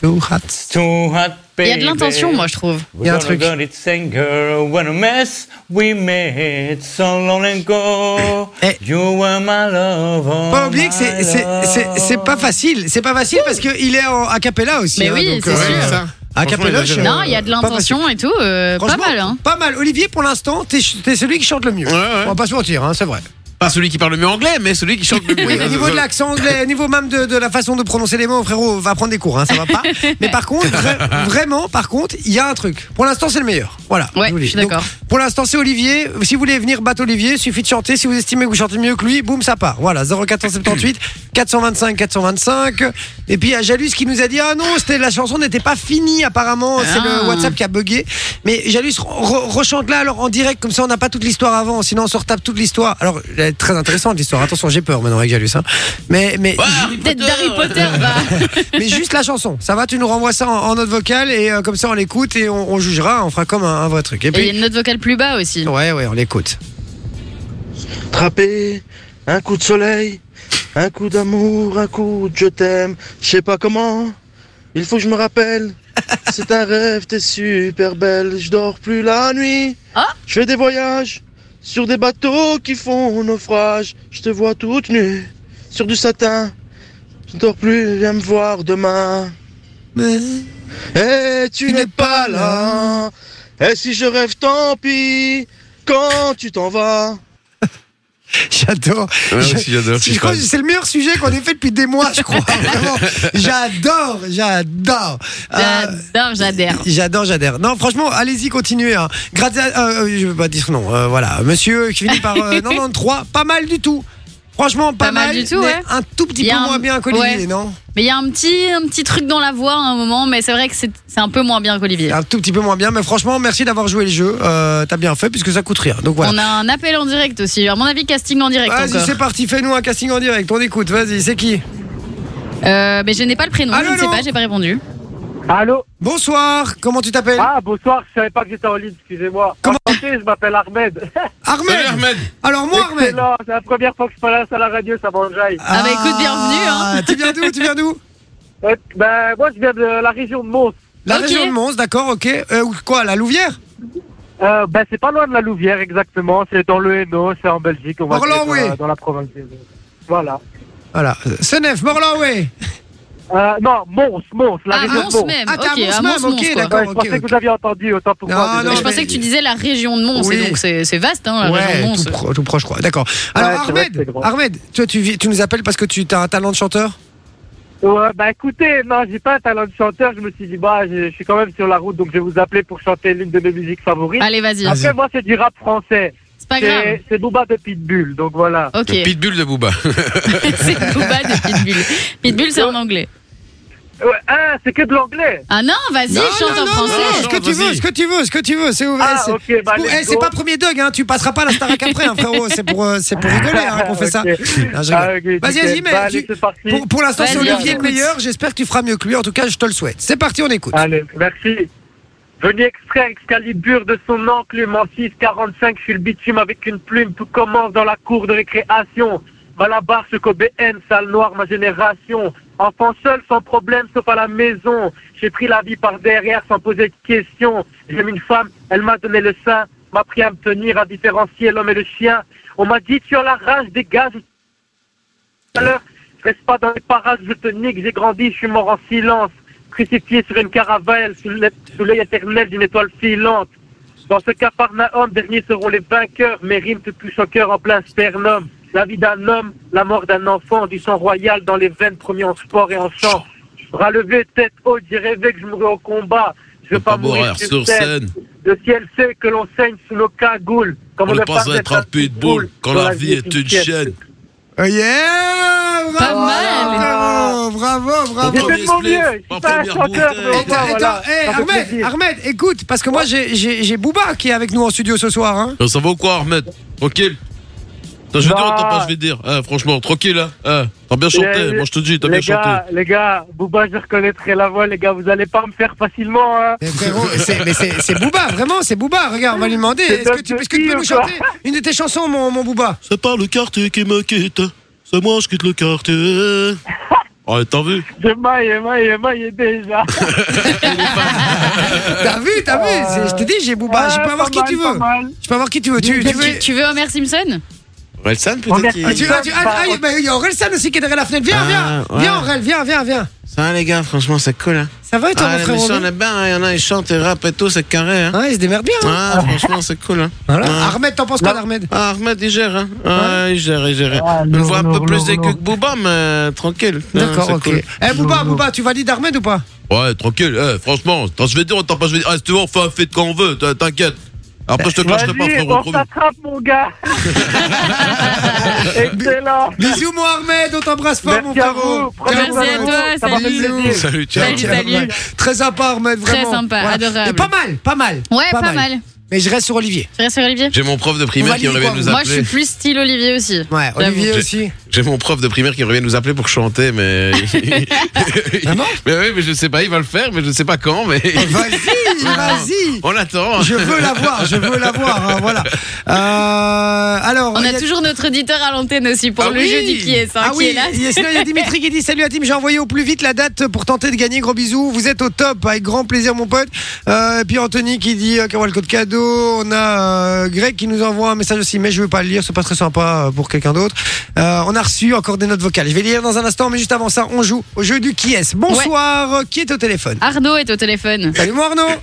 Speaker 2: Too hot.
Speaker 12: it's too hot,
Speaker 3: Il
Speaker 12: baby.
Speaker 3: y a de l'intention, moi, je trouve.
Speaker 12: We're
Speaker 2: Y a un
Speaker 12: gonna
Speaker 2: truc.
Speaker 12: get it singer when a mess we made so long ago.
Speaker 2: Eh.
Speaker 12: You were my lover.
Speaker 2: Pas oublier que
Speaker 12: my
Speaker 2: c'est- c'est- c'est c'est pas facile. C'est pas facile parce qu'il est en a cappella aussi.
Speaker 3: Mais
Speaker 2: hein,
Speaker 3: oui,
Speaker 2: donc,
Speaker 3: c'est
Speaker 2: euh,
Speaker 3: sûr.
Speaker 1: ça.
Speaker 2: A cappella,
Speaker 1: Franchement, il a
Speaker 2: je-
Speaker 3: Non, il y a de
Speaker 2: Euh, pas facile.
Speaker 3: l'intention et tout. euh, pas
Speaker 2: Franchement,
Speaker 3: mal, hein.
Speaker 2: Pas mal. Olivier, pour l'instant, t'es t'es celui qui chante le mieux.
Speaker 1: Ouais, ouais.
Speaker 2: On va pas se mentir, hein, c'est vrai.
Speaker 1: Pas celui qui parle le mieux anglais, mais celui qui chante le mieux.
Speaker 2: Oui, au niveau de l'accent anglais, au niveau même de, de la façon de prononcer les mots, frérot, va prendre des cours, hein, ça va pas. Mais par contre, vra- vraiment, par contre, il y a un truc. Pour l'instant, c'est le meilleur. Voilà.
Speaker 3: Ouais,
Speaker 2: je vous le dis.
Speaker 3: je suis d'accord.
Speaker 2: Donc, Pour l'instant, c'est Olivier. Si vous voulez venir battre Olivier, suffit de chanter. Si vous estimez que vous chantez mieux que lui, boum, ça part. Voilà, 0478 425 425. Et puis, il y a Jalus qui nous a dit Ah non, c'était la chanson n'était pas finie, apparemment. C'est
Speaker 3: Ah.
Speaker 2: le WhatsApp qui a bugué. Mais Jalus, re- rechante là alors en direct, comme ça on n'a pas toute l'histoire avant, sinon on se retape toute l'histoire. Alors, elle est très intéressante l'histoire. Attention, j'ai peur maintenant avec Jalus. hein. Mais, mais,
Speaker 3: Peut-être d'Harry Potter,
Speaker 2: euh,
Speaker 3: bah. va.
Speaker 2: mais juste la chanson. Ça va, tu nous renvoies ça en, en note vocale et euh, comme ça on l'écoute et on, on jugera, on fera comme un, un vrai truc. Et
Speaker 3: Et il y
Speaker 2: puis,
Speaker 3: a une note vocale plus bas aussi.
Speaker 2: ouais, ouais, on l'écoute.
Speaker 5: Attrapé, un coup de soleil, un coup d'amour, un coup de je t'aime, je sais pas comment, il faut que je me rappelle. C'est un rêve, t'es super belle, je dors plus la nuit.
Speaker 3: Ah.
Speaker 5: Je fais des voyages sur des bateaux qui font naufrage, je te vois toute nue sur du satin. Je dors plus, viens me voir demain. Eh,
Speaker 2: Mais-
Speaker 5: Et tu n'es pas là. Et si je rêve, tant pis, quand tu t'en vas.
Speaker 2: J'adore.
Speaker 1: Ah,
Speaker 11: Ouais,
Speaker 2: Je-
Speaker 11: aussi, j'adore,
Speaker 2: je
Speaker 11: je
Speaker 2: crois que
Speaker 11: crois.
Speaker 2: C'est le meilleur sujet qu'on ait fait depuis des mois, je crois. Vraiment. J'adore, j'adore. Euh,
Speaker 3: J'adore, j'adhère.
Speaker 2: J'adore, j'adhère. Non, franchement, allez-y, continuez. hein. Grazie- euh, euh, je veux pas dire non. euh, voilà, monsieur qui finit par euh, 93, pas mal du tout. Franchement, pas,
Speaker 3: Pas mal du tout,
Speaker 2: mais
Speaker 3: ouais.
Speaker 2: Un tout petit
Speaker 3: Il y
Speaker 2: peu
Speaker 3: a un-
Speaker 2: moins bien qu'Olivier,
Speaker 3: ouais.
Speaker 2: non
Speaker 3: Mais il y a un petit, un petit truc dans la voix à un moment, mais c'est vrai que c'est c'est un peu moins bien qu'Olivier.
Speaker 2: Un tout petit peu moins bien, mais franchement, merci d'avoir joué le jeu. Euh, T'as bien fait puisque ça coûte rien. Donc voilà.
Speaker 3: On a un appel en direct aussi. À mon avis, casting en direct.
Speaker 2: Vas-y,
Speaker 3: encore.
Speaker 2: c'est parti, fais-nous un casting en direct. On écoute, vas-y, c'est qui
Speaker 3: Euh, mais je n'ai pas le prénom,
Speaker 2: Allô,
Speaker 3: je ne sais
Speaker 2: allô
Speaker 3: pas, j'ai pas répondu.
Speaker 2: Allô Bonsoir, comment tu t'appelles
Speaker 10: Ah, bonsoir, je savais pas que j'étais en ligne, excusez-moi. Enchanté, je m'appelle Ahmed.
Speaker 2: Ahmed Salut, Ahmed. Alors, moi, Ahmed.
Speaker 10: Excellent, C'est la première fois que je passe à la radio, ça m'enjaille.
Speaker 2: Ah, bah, écoute, bienvenue, hein. tu viens d'où Tu viens d'où
Speaker 10: Ben, moi, je viens de la région de Mons.
Speaker 2: La région de Mons, d'accord, ok. Euh, quoi, la Louvière
Speaker 10: Euh, ben, c'est pas loin de la Louvière, exactement. C'est dans le Hainaut, c'est en Belgique, on va
Speaker 2: Morlan,
Speaker 10: dire, dans, la-
Speaker 2: oui.
Speaker 10: dans la province. des- Voilà.
Speaker 2: Voilà. Senef, Morlan, ouais.
Speaker 10: Euh, non, Mons, Mons, la
Speaker 3: Ah,
Speaker 10: région
Speaker 3: Mons
Speaker 10: de Mons.
Speaker 3: même, Ah, t'es à ok, Mons à Mons, même, ok, Mons, quoi.
Speaker 10: Ouais,
Speaker 2: d'accord,
Speaker 10: je
Speaker 2: ok,
Speaker 10: pensais que vous aviez entendu, autant pour moi. désolé.
Speaker 3: je pensais que tu disais la région de Mons,
Speaker 2: Oui.
Speaker 3: et donc c'est c'est vaste, hein, la région de
Speaker 2: Ouais,
Speaker 3: Mons.
Speaker 2: tout, pro- tout proche, quoi. D'accord. Alors,
Speaker 10: Ouais, c'est vrai que c'est
Speaker 2: Ahmed,
Speaker 10: grand.
Speaker 2: Ahmed, toi, tu, vis- tu nous appelles parce que tu as un talent de chanteur
Speaker 10: Ouais, bah écoutez, non, j'ai pas un talent de chanteur. Je me suis dit, bah, je, je suis quand même sur la route, donc je vais vous appeler pour chanter l'une de mes musiques favorites.
Speaker 3: Allez, vas-y.
Speaker 10: Après,
Speaker 3: Vas-y.
Speaker 10: moi, c'est du rap français. C'est
Speaker 3: pas grave.
Speaker 10: C'est Booba de Pitbull, donc voilà.
Speaker 3: Ok.
Speaker 11: Le pitbull de Booba.
Speaker 3: c'est Booba de Pitbull. Pitbull, c'est en anglais.
Speaker 10: Ouais, ah, c'est que de l'anglais.
Speaker 3: Ah non, vas-y,
Speaker 2: Non,
Speaker 3: chante
Speaker 2: non,
Speaker 3: en
Speaker 2: non,
Speaker 3: français.
Speaker 2: ce que tu veux, ce que tu veux, ce que tu veux, c'est ouvert.
Speaker 10: Ah,
Speaker 2: c'est-
Speaker 10: ok, bah,
Speaker 2: Oh,
Speaker 10: let's
Speaker 2: eh, c'est
Speaker 10: go.
Speaker 2: pas premier dog, hein, tu passeras pas à la Starac après, hein, frérot. C'est pour, euh, c'est pour rigoler hein, qu'on fait ça.
Speaker 10: Ok.
Speaker 2: Non, je rigole.
Speaker 10: Ah, ok, ok.
Speaker 2: Vas-y, vas-y, mais
Speaker 10: Bah,
Speaker 2: tu-
Speaker 10: allez, c'est parti.
Speaker 2: pour, pour l'instant, c'est
Speaker 10: Vas-y,
Speaker 2: Olivier le
Speaker 10: écoute.
Speaker 2: meilleur. J'espère que tu feras mieux que lui. En tout cas, je te le souhaite. C'est parti, on écoute.
Speaker 10: Allez, merci. Venu extraire Excalibur de son enclume en 6.45 sur le bitume avec une plume. Tout commence dans la cour de récréation. Malabar, ce N, sale noire, ma génération. Enfant seul, sans problème, sauf à la maison. J'ai pris la vie par derrière sans poser de questions. J'aime une femme, elle m'a donné le sein, m'a pris à me tenir, à différencier l'homme et le chien. On m'a dit, tu as la rage, dégage, tout à l'heure. Je reste pas dans les parages, je te nique, j'ai grandi, je suis mort en silence. Crucifié sur une caravelle, sous l'œil sous l'œil éternel d'une étoile filante. Dans ce cafarnaum, derniers seront les vainqueurs. Mes rimes te touchent au cœur en plein sternum. La vie d'un homme, la mort d'un enfant, du sang royal dans les veines, premier en sport et en chant. Bras levé, tête haute, j'ai rêvé que je mourrais au combat. Je veux pas,
Speaker 1: pas mourir
Speaker 10: mourir
Speaker 1: sur scène.
Speaker 10: Le ciel sait que l'on saigne sous nos cagoules. Comme
Speaker 1: On ne
Speaker 10: le
Speaker 1: pense
Speaker 10: parle
Speaker 1: être un pitbull quand la vie est une chienne.
Speaker 2: Euh, Yeah Bravo,
Speaker 10: Pas mal.
Speaker 2: Bravo, bravo, bravo.
Speaker 10: J'ai fait de mon mieux, je suis pas un chanteur, mais au
Speaker 2: Et t'as-
Speaker 10: moins,
Speaker 2: et
Speaker 10: voilà.
Speaker 2: t'as- eh,
Speaker 10: Ça fait
Speaker 2: Ahmed,
Speaker 10: plaisir.
Speaker 2: Ahmed, écoute, parce que moi, j'ai- j'ai j'ai Booba qui est avec nous en studio ce soir. hein.
Speaker 1: Ça va ou quoi, Ahmed Tranquille T'as jeté
Speaker 10: Bah.
Speaker 1: ou t'as pas, je vais dire Eh, Franchement, tranquille, hein Eh, T'as bien
Speaker 10: Les-
Speaker 1: chanté, moi je te dis, t'as
Speaker 10: les
Speaker 1: bien
Speaker 10: gars,
Speaker 1: chanté.
Speaker 10: Les gars, Booba, je reconnaîtrai la voix, les gars, vous allez pas me faire facilement. Hein.
Speaker 2: Mais frérot, c'est- mais c'est c'est Booba, vraiment, c'est Booba. Regarde, on va lui demander.
Speaker 10: C'est
Speaker 2: Est-ce que
Speaker 10: notre
Speaker 2: tu, est-ce que tu peux
Speaker 10: fille
Speaker 2: nous
Speaker 10: ou quoi
Speaker 2: chanter une de tes chansons, mon, mon Booba
Speaker 1: C'est pas le quartier qui me quitte, c'est moi je quitte le quartier. Ouais, t'as vu
Speaker 10: Je maille, maille, maille déjà.
Speaker 2: Eh T'as vu, t'as vu c'est- Je te dis, j'ai Booba.
Speaker 10: Ah,
Speaker 2: ben, Je peux avoir
Speaker 10: pas
Speaker 2: qui
Speaker 10: mal,
Speaker 2: tu
Speaker 10: pas
Speaker 2: veux.
Speaker 10: mal.
Speaker 2: Je peux avoir qui tu veux. Tu, tu veux.
Speaker 3: Tu veux Homer Simpson
Speaker 11: Orelsan,
Speaker 10: On est-
Speaker 11: peut-être
Speaker 2: Ah,
Speaker 11: qu'il-
Speaker 2: tu- ah, tu- ah, ah, il y a- bah, il y a Orelsan aussi qui est derrière la fenêtre. Viens, viens.
Speaker 11: Ah, ouais.
Speaker 2: Viens, Aurel, viens, viens, viens.
Speaker 11: Ça va, les gars, franchement, c'est cool, hein.
Speaker 2: Ça va et toi,
Speaker 11: Ah,
Speaker 2: mon frérot
Speaker 11: l'émission, on est bien, hein. il y en a, ils chantent, ils rappent et tout, c'est carré, hein.
Speaker 2: Ouais, il se démerde bien. hein.
Speaker 11: Ah, franchement, c'est cool, hein.
Speaker 2: Voilà.
Speaker 11: Ah.
Speaker 2: Ahmed, t'en penses quoi d'Ahmed
Speaker 11: Ah, Ahmed, il gère, hein. Ah, il gère, il gère.
Speaker 2: Ah,
Speaker 11: On le
Speaker 2: lourd,
Speaker 11: voit un peu
Speaker 2: lourd,
Speaker 11: plus
Speaker 2: lourd,
Speaker 11: aigu
Speaker 2: lourd.
Speaker 11: que Booba, mais euh, tranquille. hein,
Speaker 2: D'accord,
Speaker 11: c'est
Speaker 2: ok.
Speaker 11: cool.
Speaker 2: Eh, Booba, Booba, tu valides Ahmed ou pas
Speaker 1: Ouais, tranquille, eh, franchement, t'as je vais dire, t'as pas, je vais dire. Ah, si tu veux, on fait un feat quand on veut, t'in- t'inquiète. Après, je te clasherai pas,
Speaker 10: Vas-y,
Speaker 1: frérot,
Speaker 10: on
Speaker 1: promis.
Speaker 10: s'attrape, mon gars. Excellent.
Speaker 2: Bisous, mon Ahmed, on t'embrasse fort, mon
Speaker 10: Merci à
Speaker 2: frérot.
Speaker 10: vous. Prenez
Speaker 2: Ciao,
Speaker 10: soin de
Speaker 2: Ahmed.
Speaker 10: vous. Ça m'a fait
Speaker 2: Bisous.
Speaker 10: plaisir.
Speaker 11: Salut, ciao.
Speaker 3: Salut,
Speaker 2: Ciao,
Speaker 3: salut.
Speaker 2: Ahmed. Très sympa, Ahmed,
Speaker 3: Très
Speaker 2: vraiment.
Speaker 3: sympa, adorable.
Speaker 2: Et pas mal, pas mal.
Speaker 3: Ouais, pas mal.
Speaker 2: Mais je reste sur Olivier.
Speaker 3: Tu restes sur Olivier
Speaker 11: J'ai mon prof de
Speaker 2: On
Speaker 11: primaire
Speaker 2: valide
Speaker 11: qui revient
Speaker 2: quoi,
Speaker 11: nous appeler.
Speaker 3: Moi, je suis plus style Olivier aussi.
Speaker 2: Ouais,
Speaker 3: J'avoue.
Speaker 2: Olivier
Speaker 11: J'ai-
Speaker 2: aussi.
Speaker 11: J'ai mon prof de primaire qui revient nous appeler pour chanter, mais.
Speaker 2: Vraiment
Speaker 11: mais oui, mais je sais pas, il va le faire, mais je ne sais pas quand, mais.
Speaker 2: Vas-y, vas-y.
Speaker 11: On l'attend.
Speaker 2: Je veux la voir, je veux la voir. hein, voilà. Euh, alors.
Speaker 3: On
Speaker 2: il
Speaker 3: a
Speaker 2: y
Speaker 3: toujours notre auditeur à l'antenne aussi pour
Speaker 2: Ah
Speaker 3: le
Speaker 2: oui
Speaker 3: jeu du qui est, hein,
Speaker 2: Ah
Speaker 3: qui
Speaker 2: oui,
Speaker 3: est là.
Speaker 2: il y a- sinon, il y a Dimitri qui dit Salut à Tim, j'ai envoyé au plus vite la date pour tenter de gagner. Gros bisous, vous êtes au top, avec grand plaisir, mon pote. Euh, et puis Anthony qui dit euh, Qu'a voit le code cadeau. On a euh, Greg qui nous envoie un message aussi, mais je ne vais pas le lire, c'est pas très sympa euh, pour quelqu'un d'autre. Euh, on a reçu encore des notes vocales. Je vais les lire dans un instant, mais juste avant ça, on joue au jeu du qui est. Bonsoir, euh, qui est au téléphone
Speaker 3: Arnaud est au téléphone.
Speaker 2: Salut, mon Arnaud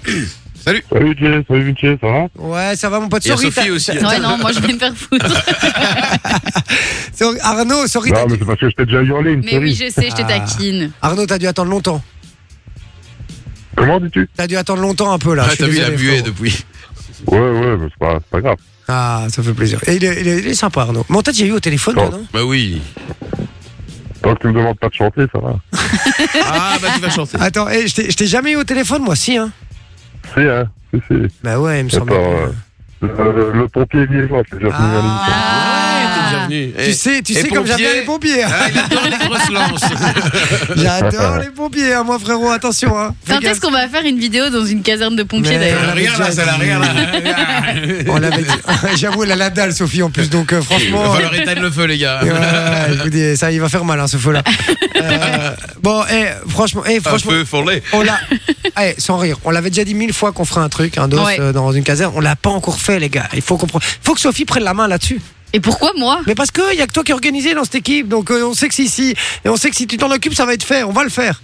Speaker 1: Salut.
Speaker 13: Salut Jay, salut Vinci, ça va
Speaker 2: Ouais, ça va, mon pote.
Speaker 13: Il y a
Speaker 2: Sorry,
Speaker 13: Sophie
Speaker 2: t'as-
Speaker 13: aussi.
Speaker 2: t'as-
Speaker 3: Ouais, non, moi je vais me faire foutre.
Speaker 2: Sorry, Arnaud, sorry.
Speaker 13: Non, mais c'est parce que je t'ai déjà hurlé une
Speaker 3: Mais oui,
Speaker 13: série.
Speaker 3: je sais, je te
Speaker 2: Ah.
Speaker 3: taquine.
Speaker 2: Arnaud, t'as dû attendre longtemps.
Speaker 13: Comment dis-tu
Speaker 2: T'as dû attendre longtemps un peu là.
Speaker 1: Ah,
Speaker 13: Ouais,
Speaker 2: Je suis
Speaker 13: t'as vu, il a
Speaker 2: désolé,
Speaker 13: bué
Speaker 2: frérot.
Speaker 1: depuis.
Speaker 13: Ouais, ouais, mais c'est pas, c'est pas grave.
Speaker 2: Ah, ça fait plaisir. Et il est, il est- il est sympa, Arnaud. Mais en tête, j'ai eu au téléphone, toi, non
Speaker 13: Bah oui. Tant que tu me demandes pas de chanter, ça va.
Speaker 1: Ah, bah tu vas chanter.
Speaker 2: Attends, eh, je t'ai je t'ai jamais eu au téléphone, moi, si, hein.
Speaker 13: Si, hein, si, si.
Speaker 2: Bah ouais, il me
Speaker 13: semble. le, le pompier liégeois, c'est déjà venu
Speaker 3: hein.
Speaker 1: déjà venu.
Speaker 2: Ah.
Speaker 1: Eh. Ah,
Speaker 2: Tu sais, tu sais comme j'appelle les pompiers. hein. J'adore les pompiers, hein, moi, frérot, attention, hein.
Speaker 3: Quand est-ce qu'on va faire une vidéo dans une caserne de pompiers
Speaker 2: Mais
Speaker 3: d'ailleurs
Speaker 2: Regarde là, celle-là, regarde On l'avait dit. J'avoue, elle a la dalle, Sophie, en plus, donc euh,
Speaker 1: Il va
Speaker 2: franchement.
Speaker 1: falloir éteindre le feu, les gars.
Speaker 2: Ouais, ouais, je vous dis, ça, il va faire mal, hein, ce feu-là. Euh, bon, eh, franchement, eh,
Speaker 14: Un
Speaker 2: franchement,
Speaker 14: peu fourlé.
Speaker 2: on l'a. eh, sans rire, on l'avait déjà dit mille fois qu'on ferait un truc, un dos
Speaker 3: Ouais.
Speaker 2: euh, dans une caserne. On l'a pas encore fait, les gars. Il faut qu'on prenne- faut que Sophie prenne la main là-dessus.
Speaker 3: Et pourquoi moi
Speaker 2: Mais parce que il y a que toi qui es organisé dans cette équipe, donc euh, on sait que si, si, et on sait que si tu t'en occupes, ça va être fait. On va le faire.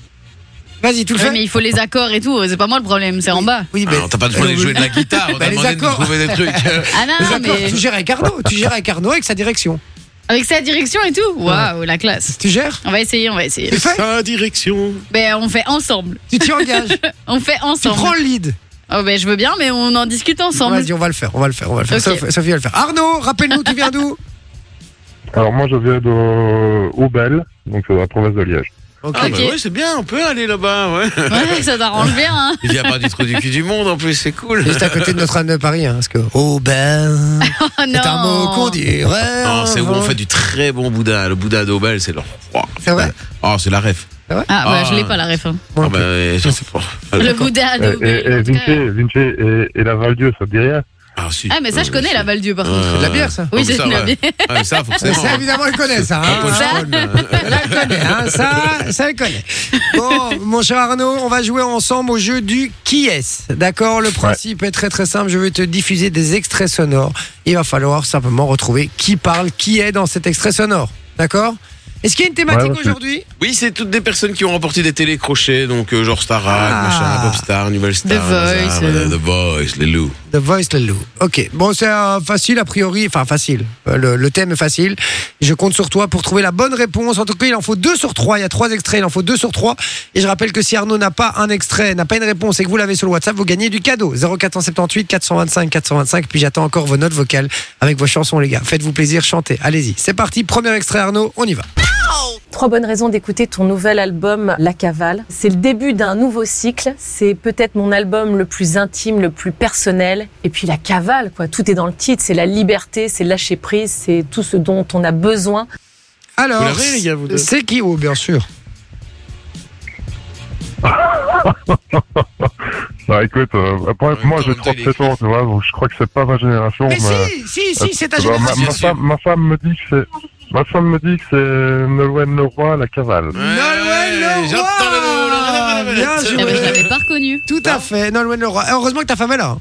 Speaker 2: Vas-y, tu le
Speaker 3: Oui,
Speaker 2: fais.
Speaker 3: mais il faut les accords et tout, c'est pas moi le problème, c'est en bas.
Speaker 2: Oui,
Speaker 1: Ah
Speaker 14: Alors, t'as pas demandé de jouer de la guitare, on
Speaker 2: Bah,
Speaker 14: t'a
Speaker 2: les
Speaker 14: demandé de nous
Speaker 2: accords.
Speaker 14: trouver des trucs.
Speaker 3: Ah non,
Speaker 2: Les
Speaker 3: non,
Speaker 2: accords,
Speaker 3: mais-
Speaker 2: euh, Tu gères avec Arnaud, tu gères avec Arnaud avec sa direction.
Speaker 3: Avec sa direction et tout Waouh, la classe.
Speaker 2: Tu gères
Speaker 3: On va essayer, on va essayer.
Speaker 1: Sa direction.
Speaker 3: Ben, on fait ensemble.
Speaker 2: Tu t'y engages.
Speaker 3: on fait
Speaker 2: Tu
Speaker 3: ensemble.
Speaker 2: prends le lead.
Speaker 3: Oh, ben, je veux bien, mais on en discute ensemble.
Speaker 2: Vas-y, on va le faire, on va le faire, on va le faire.
Speaker 3: Ok.
Speaker 2: Sophie, Sophie va le faire. Arnaud, rappelle-nous, tu viens d'où
Speaker 13: Alors moi, je viens de Aubel, donc c'est dans la province de Liège.
Speaker 1: Ah, bah
Speaker 3: Ok.
Speaker 1: ouais, c'est bien, on peut aller là-bas, ouais.
Speaker 3: Ouais, ça t'arrange bien, hein.
Speaker 1: Il y a pas du trou du cul du monde en plus, c'est cool.
Speaker 2: Juste à côté de Notre-Dame de Paris, hein, parce que. Oh ben.
Speaker 3: Oh non.
Speaker 2: C'est un mot qu'on dirait.
Speaker 1: Non, c'est où on fait du très bon boudin. Le boudin d'Aubel, c'est leur.
Speaker 2: C'est vrai
Speaker 1: Oh, c'est la ref.
Speaker 3: Ah, bah,
Speaker 1: Ah.
Speaker 3: je l'ai pas la ref. hein.
Speaker 1: Ah, bah, je sais pas.
Speaker 3: Le Bouddha
Speaker 13: Et,
Speaker 3: d'Aubel.
Speaker 13: et,
Speaker 10: euh,
Speaker 13: et Vinci, Vinci et, et la Val-Dieu, ça te dit rien
Speaker 1: Ah si.
Speaker 3: Ah, mais ça, je connais la Val-Dieu, par contre.
Speaker 13: C'est
Speaker 1: Euh.
Speaker 13: de la bière, ça
Speaker 3: Oui,
Speaker 13: Donc
Speaker 3: c'est
Speaker 13: ça,
Speaker 3: de la
Speaker 13: ouais.
Speaker 3: bière.
Speaker 1: Ah, ça,
Speaker 2: Mais
Speaker 1: forcément.
Speaker 2: ça, évidemment, elle connaît ça. hein. Elle connaît, hein, ça, ça elle connaît. Bon, mon cher Arnaud, on va jouer ensemble au jeu du qui est-ce. D'accord Le principe est très très simple. Je vais te diffuser des extraits sonores. Il va falloir simplement retrouver qui parle, qui est dans cet extrait sonore. D'accord Est-ce qu'il y a une thématique aujourd'hui
Speaker 1: Oui, c'est toutes des personnes qui ont remporté des télécrochets, donc euh, genre Star
Speaker 2: Ah.
Speaker 1: machin, Popstar, Nouvelle Star,
Speaker 2: The Voice,
Speaker 1: Nazar,
Speaker 2: euh.
Speaker 1: The Voice, les loups.
Speaker 2: The Voice les loups. Ok, bon c'est euh, facile a priori, enfin facile. Euh, Le, le thème est facile. Je compte sur toi pour trouver la bonne réponse. En tout cas, il en faut deux sur trois. Il y a trois extraits, il en faut deux sur trois. Et je rappelle que si Arnaud n'a pas un extrait, n'a pas une réponse et que vous l'avez sur le WhatsApp, vous gagnez du cadeau. 0478 425 425. Puis j'attends encore vos notes vocales avec vos chansons, les gars. Faites-vous plaisir, chantez. Allez-y, c'est parti. Premier extrait, Arnaud, on y va.
Speaker 15: Trois bonnes raisons d'écouter ton nouvel album La Cavale. C'est le début d'un nouveau cycle. C'est peut-être mon album le plus intime, le plus personnel. Et puis La Cavale, quoi. Tout est dans le titre. C'est la liberté, c'est lâcher prise, c'est tout ce dont on a besoin.
Speaker 2: Alors,
Speaker 15: Vous l'avez, les gars, vous deux
Speaker 2: c'est qui Oh, bien sûr.
Speaker 13: Bah écoute, euh, pour- moi j'ai 37 ans, tu vois, donc je crois que c'est pas ma génération.
Speaker 2: Mais si, si, si, c'est ta
Speaker 13: bah, ma-
Speaker 2: génération.
Speaker 13: ma, femme, ma femme me dit que c'est... Ma femme me dit que c'est Nolwenn Leroy, la cavale.
Speaker 2: Nolwenn Leroy
Speaker 1: Ah,
Speaker 2: Bien
Speaker 3: Eh
Speaker 2: joué.
Speaker 3: ben, je l'avais pas reconnu.
Speaker 2: Tout à fait, Nolwenn Leroy. Eh, Heureusement que ta femme est là.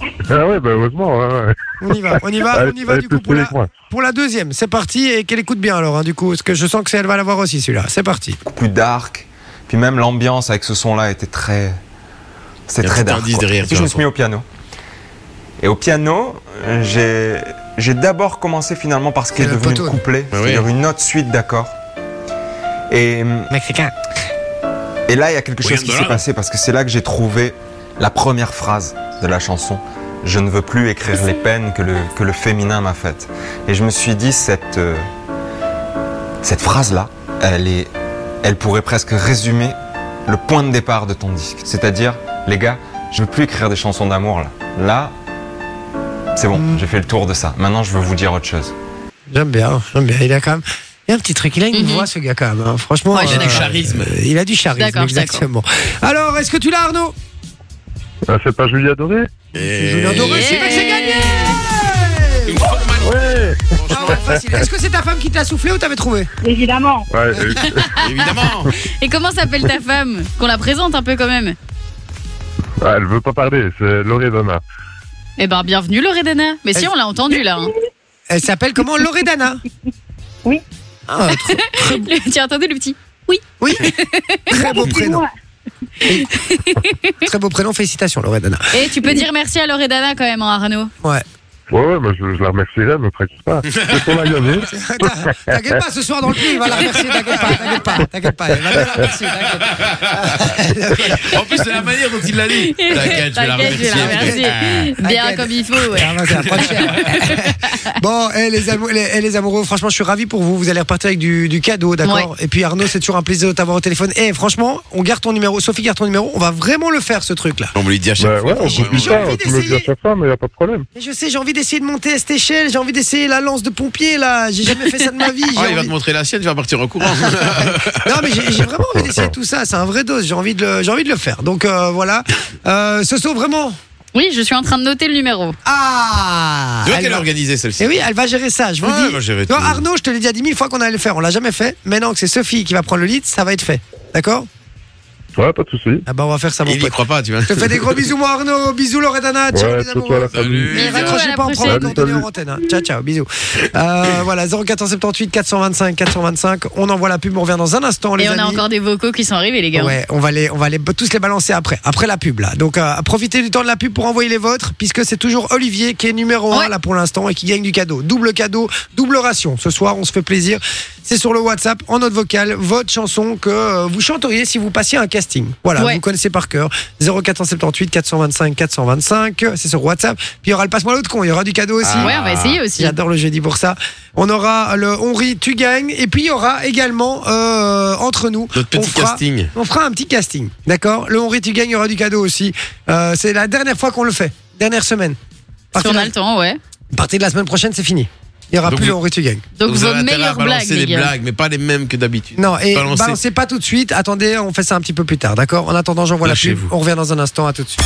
Speaker 2: hein.
Speaker 13: Ah ouais, bah heureusement, ouais, ouais.
Speaker 2: On y va, on y va,
Speaker 13: Elle-
Speaker 2: on y va
Speaker 13: elle
Speaker 2: du coup
Speaker 13: est plus
Speaker 2: pour
Speaker 13: douée
Speaker 2: la,
Speaker 13: que moi.
Speaker 2: pour la deuxième. C'est parti et qu'elle écoute bien alors hein, du coup, parce que je sens que c'est- elle va l'avoir aussi celui-là. C'est parti.
Speaker 16: plus dark. Puis même l'ambiance avec ce son-là était très. C'est
Speaker 1: Il y a
Speaker 16: très
Speaker 1: tout un
Speaker 16: dark.
Speaker 1: indice
Speaker 16: quoi.
Speaker 1: derrière,
Speaker 16: Et puis
Speaker 1: tu
Speaker 16: je me
Speaker 1: vois,
Speaker 16: suis mis au piano. Et au piano, euh, j'ai j'ai d'abord commencé finalement par ce qui est, devenu le couplet,
Speaker 1: Ah
Speaker 16: c'est-à-dire une autre suite d'accords. Et. hum,
Speaker 2: Mexicain.
Speaker 16: Et là, il y a quelque chose qui s'est
Speaker 1: Dollar.
Speaker 16: passé parce que c'est là que j'ai trouvé la première phrase de la chanson. Je ne veux plus écrire les peines que le, que le féminin m'a faites. Et je me suis dit, cette, euh, cette phrase-là, elle, est, elle pourrait presque résumer le point de départ de ton disque. C'est-à-dire, les gars, je ne veux plus écrire des chansons d'amour là. Là, c'est bon, j'ai fait le tour de ça. Maintenant, je veux vous dire autre chose.
Speaker 2: J'aime bien, j'aime bien. Il a quand même. Il y a un petit truc, il a une voix ce gars quand même. hein. Franchement,
Speaker 13: Mhm. Ouais, il a du
Speaker 1: charisme.
Speaker 2: euh, il a du charisme,
Speaker 13: D'accord, je suis d'accord.
Speaker 2: exactement. Alors, est-ce que tu l'as Arnaud
Speaker 13: Ah, c'est pas Julia Doré
Speaker 2: Julien Doré, c'est vrai que
Speaker 3: Eh.
Speaker 2: c'est gagné
Speaker 13: Ouais
Speaker 2: Ah ouais, facile. Est-ce que c'est ta femme qui te l'a soufflé ou t'avais trouvé
Speaker 3: Évidemment.
Speaker 13: Ouais,
Speaker 2: Ah,
Speaker 1: évidemment
Speaker 3: Et comment s'appelle ta femme Qu'on la présente un peu quand même.
Speaker 13: Ah, Elle veut pas parler, c'est Loredana.
Speaker 3: Eh ben, bienvenue, Loredana. Mais si, on l'a entendu là. hein.
Speaker 2: Elle s'appelle comment Loredana
Speaker 3: Oui.
Speaker 2: Ah, trop-
Speaker 3: Le- tu as entendu le petit Oui.
Speaker 2: Oui. Très beau prénom. Très beau prénom, félicitations, Loredana.
Speaker 3: Et Eh, tu peux dire merci à Loredana quand même, hein, Arnaud.
Speaker 2: Ouais.
Speaker 13: Ouais, ouais, mais je, je la remercierai, ne t'inquiète pas. C'est qu'on a gagné.
Speaker 2: T'inquiète pas, ce soir dans le pied, il va la remercier, t'inquiète pas, t'inquiète pas, t'inquiète pas, il va bien la remercier,
Speaker 14: En plus, c'est la manière dont il l'a dit. T'inquiète, je vais la euh,
Speaker 3: T'inquiète, je vais
Speaker 14: remercier. Ah.
Speaker 3: la remercier. Bien comme il faut, ouais.
Speaker 2: Bon, et les, amou- les- eh, les amoureux, franchement, je suis ravi pour vous. Vous allez repartir avec du, du cadeau, d'accord Et puis Arnaud, c'est toujours un plaisir de t'avoir au téléphone. Et franchement, on garde ton numéro. Sophie garde ton numéro. On va vraiment le faire, ce truc-là.
Speaker 14: On me lui dit à chaque
Speaker 13: Bah,
Speaker 14: fois.
Speaker 13: ouais, on se dit ça, tu me le dis à chaque fois, mais il a pas de problème.
Speaker 2: Mais Je sais, j'ai envie d'essayer de monter à cette échelle. J'ai envie d'essayer la lance de pompier, là. J'ai jamais fait ça de ma vie. j'ai
Speaker 14: Ah, il va
Speaker 2: envie-
Speaker 14: te montrer la sienne, tu vas partir au courant.
Speaker 2: Non, mais j'ai j'ai vraiment envie d'essayer tout ça. C'est un vrai dose. J'ai envie, de le- j'ai envie de le faire. Donc euh, voilà. Euh, Soso, vraiment.
Speaker 3: Oui, je suis en train de noter le numéro.
Speaker 2: Ah
Speaker 14: Tu vois qu'elle
Speaker 2: elle
Speaker 14: a
Speaker 2: va-
Speaker 14: organisé
Speaker 3: Eh
Speaker 14: celle-ci.
Speaker 2: Et Eh oui, elle va gérer ça, je vous
Speaker 14: Ouais,
Speaker 2: dis.
Speaker 14: elle va gérer
Speaker 2: Tu vois,
Speaker 14: tout.
Speaker 2: Arnaud, je te l'ai dit à 10 000 fois qu'on allait le faire. On l'a jamais fait. Maintenant que c'est Sophie qui va prendre le lead, ça va être fait. D'accord
Speaker 13: Ouais, pas de souci.
Speaker 2: Ah bah on va faire ça, mon
Speaker 14: Il y croit pas, tu vois.
Speaker 2: Je te fais des gros bisous, moi, Arnaud. Bisous, Loredana. Ciao,
Speaker 13: Ouais,
Speaker 2: les
Speaker 13: tout toi
Speaker 2: amoureux.
Speaker 13: la famille.
Speaker 2: Et raccrochez pas, on prend les coordonnées en antenne. hein. Ciao, ciao, bisous. Euh, voilà, 0478 425 425. On envoie la pub, on revient dans un instant, les
Speaker 3: Et on
Speaker 2: amis.
Speaker 3: a encore des vocaux qui sont arrivés, les gars.
Speaker 2: Ouais, on va les, on va les, tous les balancer après, après la pub là. Donc euh, profitez du temps de la pub pour envoyer les vôtres, puisque c'est toujours Olivier qui est numéro un là pour l'instant et qui gagne du cadeau. Double cadeau, double ration. Ce soir, on se fait plaisir. C'est sur le WhatsApp, en note vocale, votre chanson que euh, vous chanteriez si vous passiez un casting. Voilà,
Speaker 3: Ouais.
Speaker 2: vous connaissez par cœur. 0478 425 425. C'est sur WhatsApp. Puis il y aura le passe-moi l'autre con. Il y aura du cadeau aussi.
Speaker 3: Ah. Ouais, on va essayer aussi.
Speaker 2: J'adore le jeudi pour ça. On aura le on rit, tu gagnes. Et puis il y aura également euh, entre nous
Speaker 14: Notre petit
Speaker 2: on fera-
Speaker 14: casting.
Speaker 2: On fera un petit casting, d'accord Le Henri, tu gagnes, il y aura du cadeau aussi. Euh, c'est la dernière fois qu'on le fait, dernière semaine.
Speaker 3: Si
Speaker 2: Partir
Speaker 3: on
Speaker 2: de
Speaker 3: a le temps, ouais.
Speaker 2: la, partir de la semaine prochaine, c'est fini. Il n'y aura
Speaker 14: Donc
Speaker 2: plus
Speaker 14: vous-
Speaker 2: le Henri, tu gagnes.
Speaker 3: Donc
Speaker 14: Vous
Speaker 3: vos
Speaker 14: avez intérêt à
Speaker 3: meilleures
Speaker 14: balancer
Speaker 3: blagues, les
Speaker 14: des
Speaker 3: gars.
Speaker 14: blagues, mais pas les mêmes que d'habitude.
Speaker 2: Non, et
Speaker 14: Balancez.
Speaker 2: balancez pas tout de suite. Attendez, on fait ça un petit peu plus tard, d'accord En attendant, j'envoie la pub.
Speaker 14: Lâchez-vous.
Speaker 2: On revient dans un instant, à tout de suite.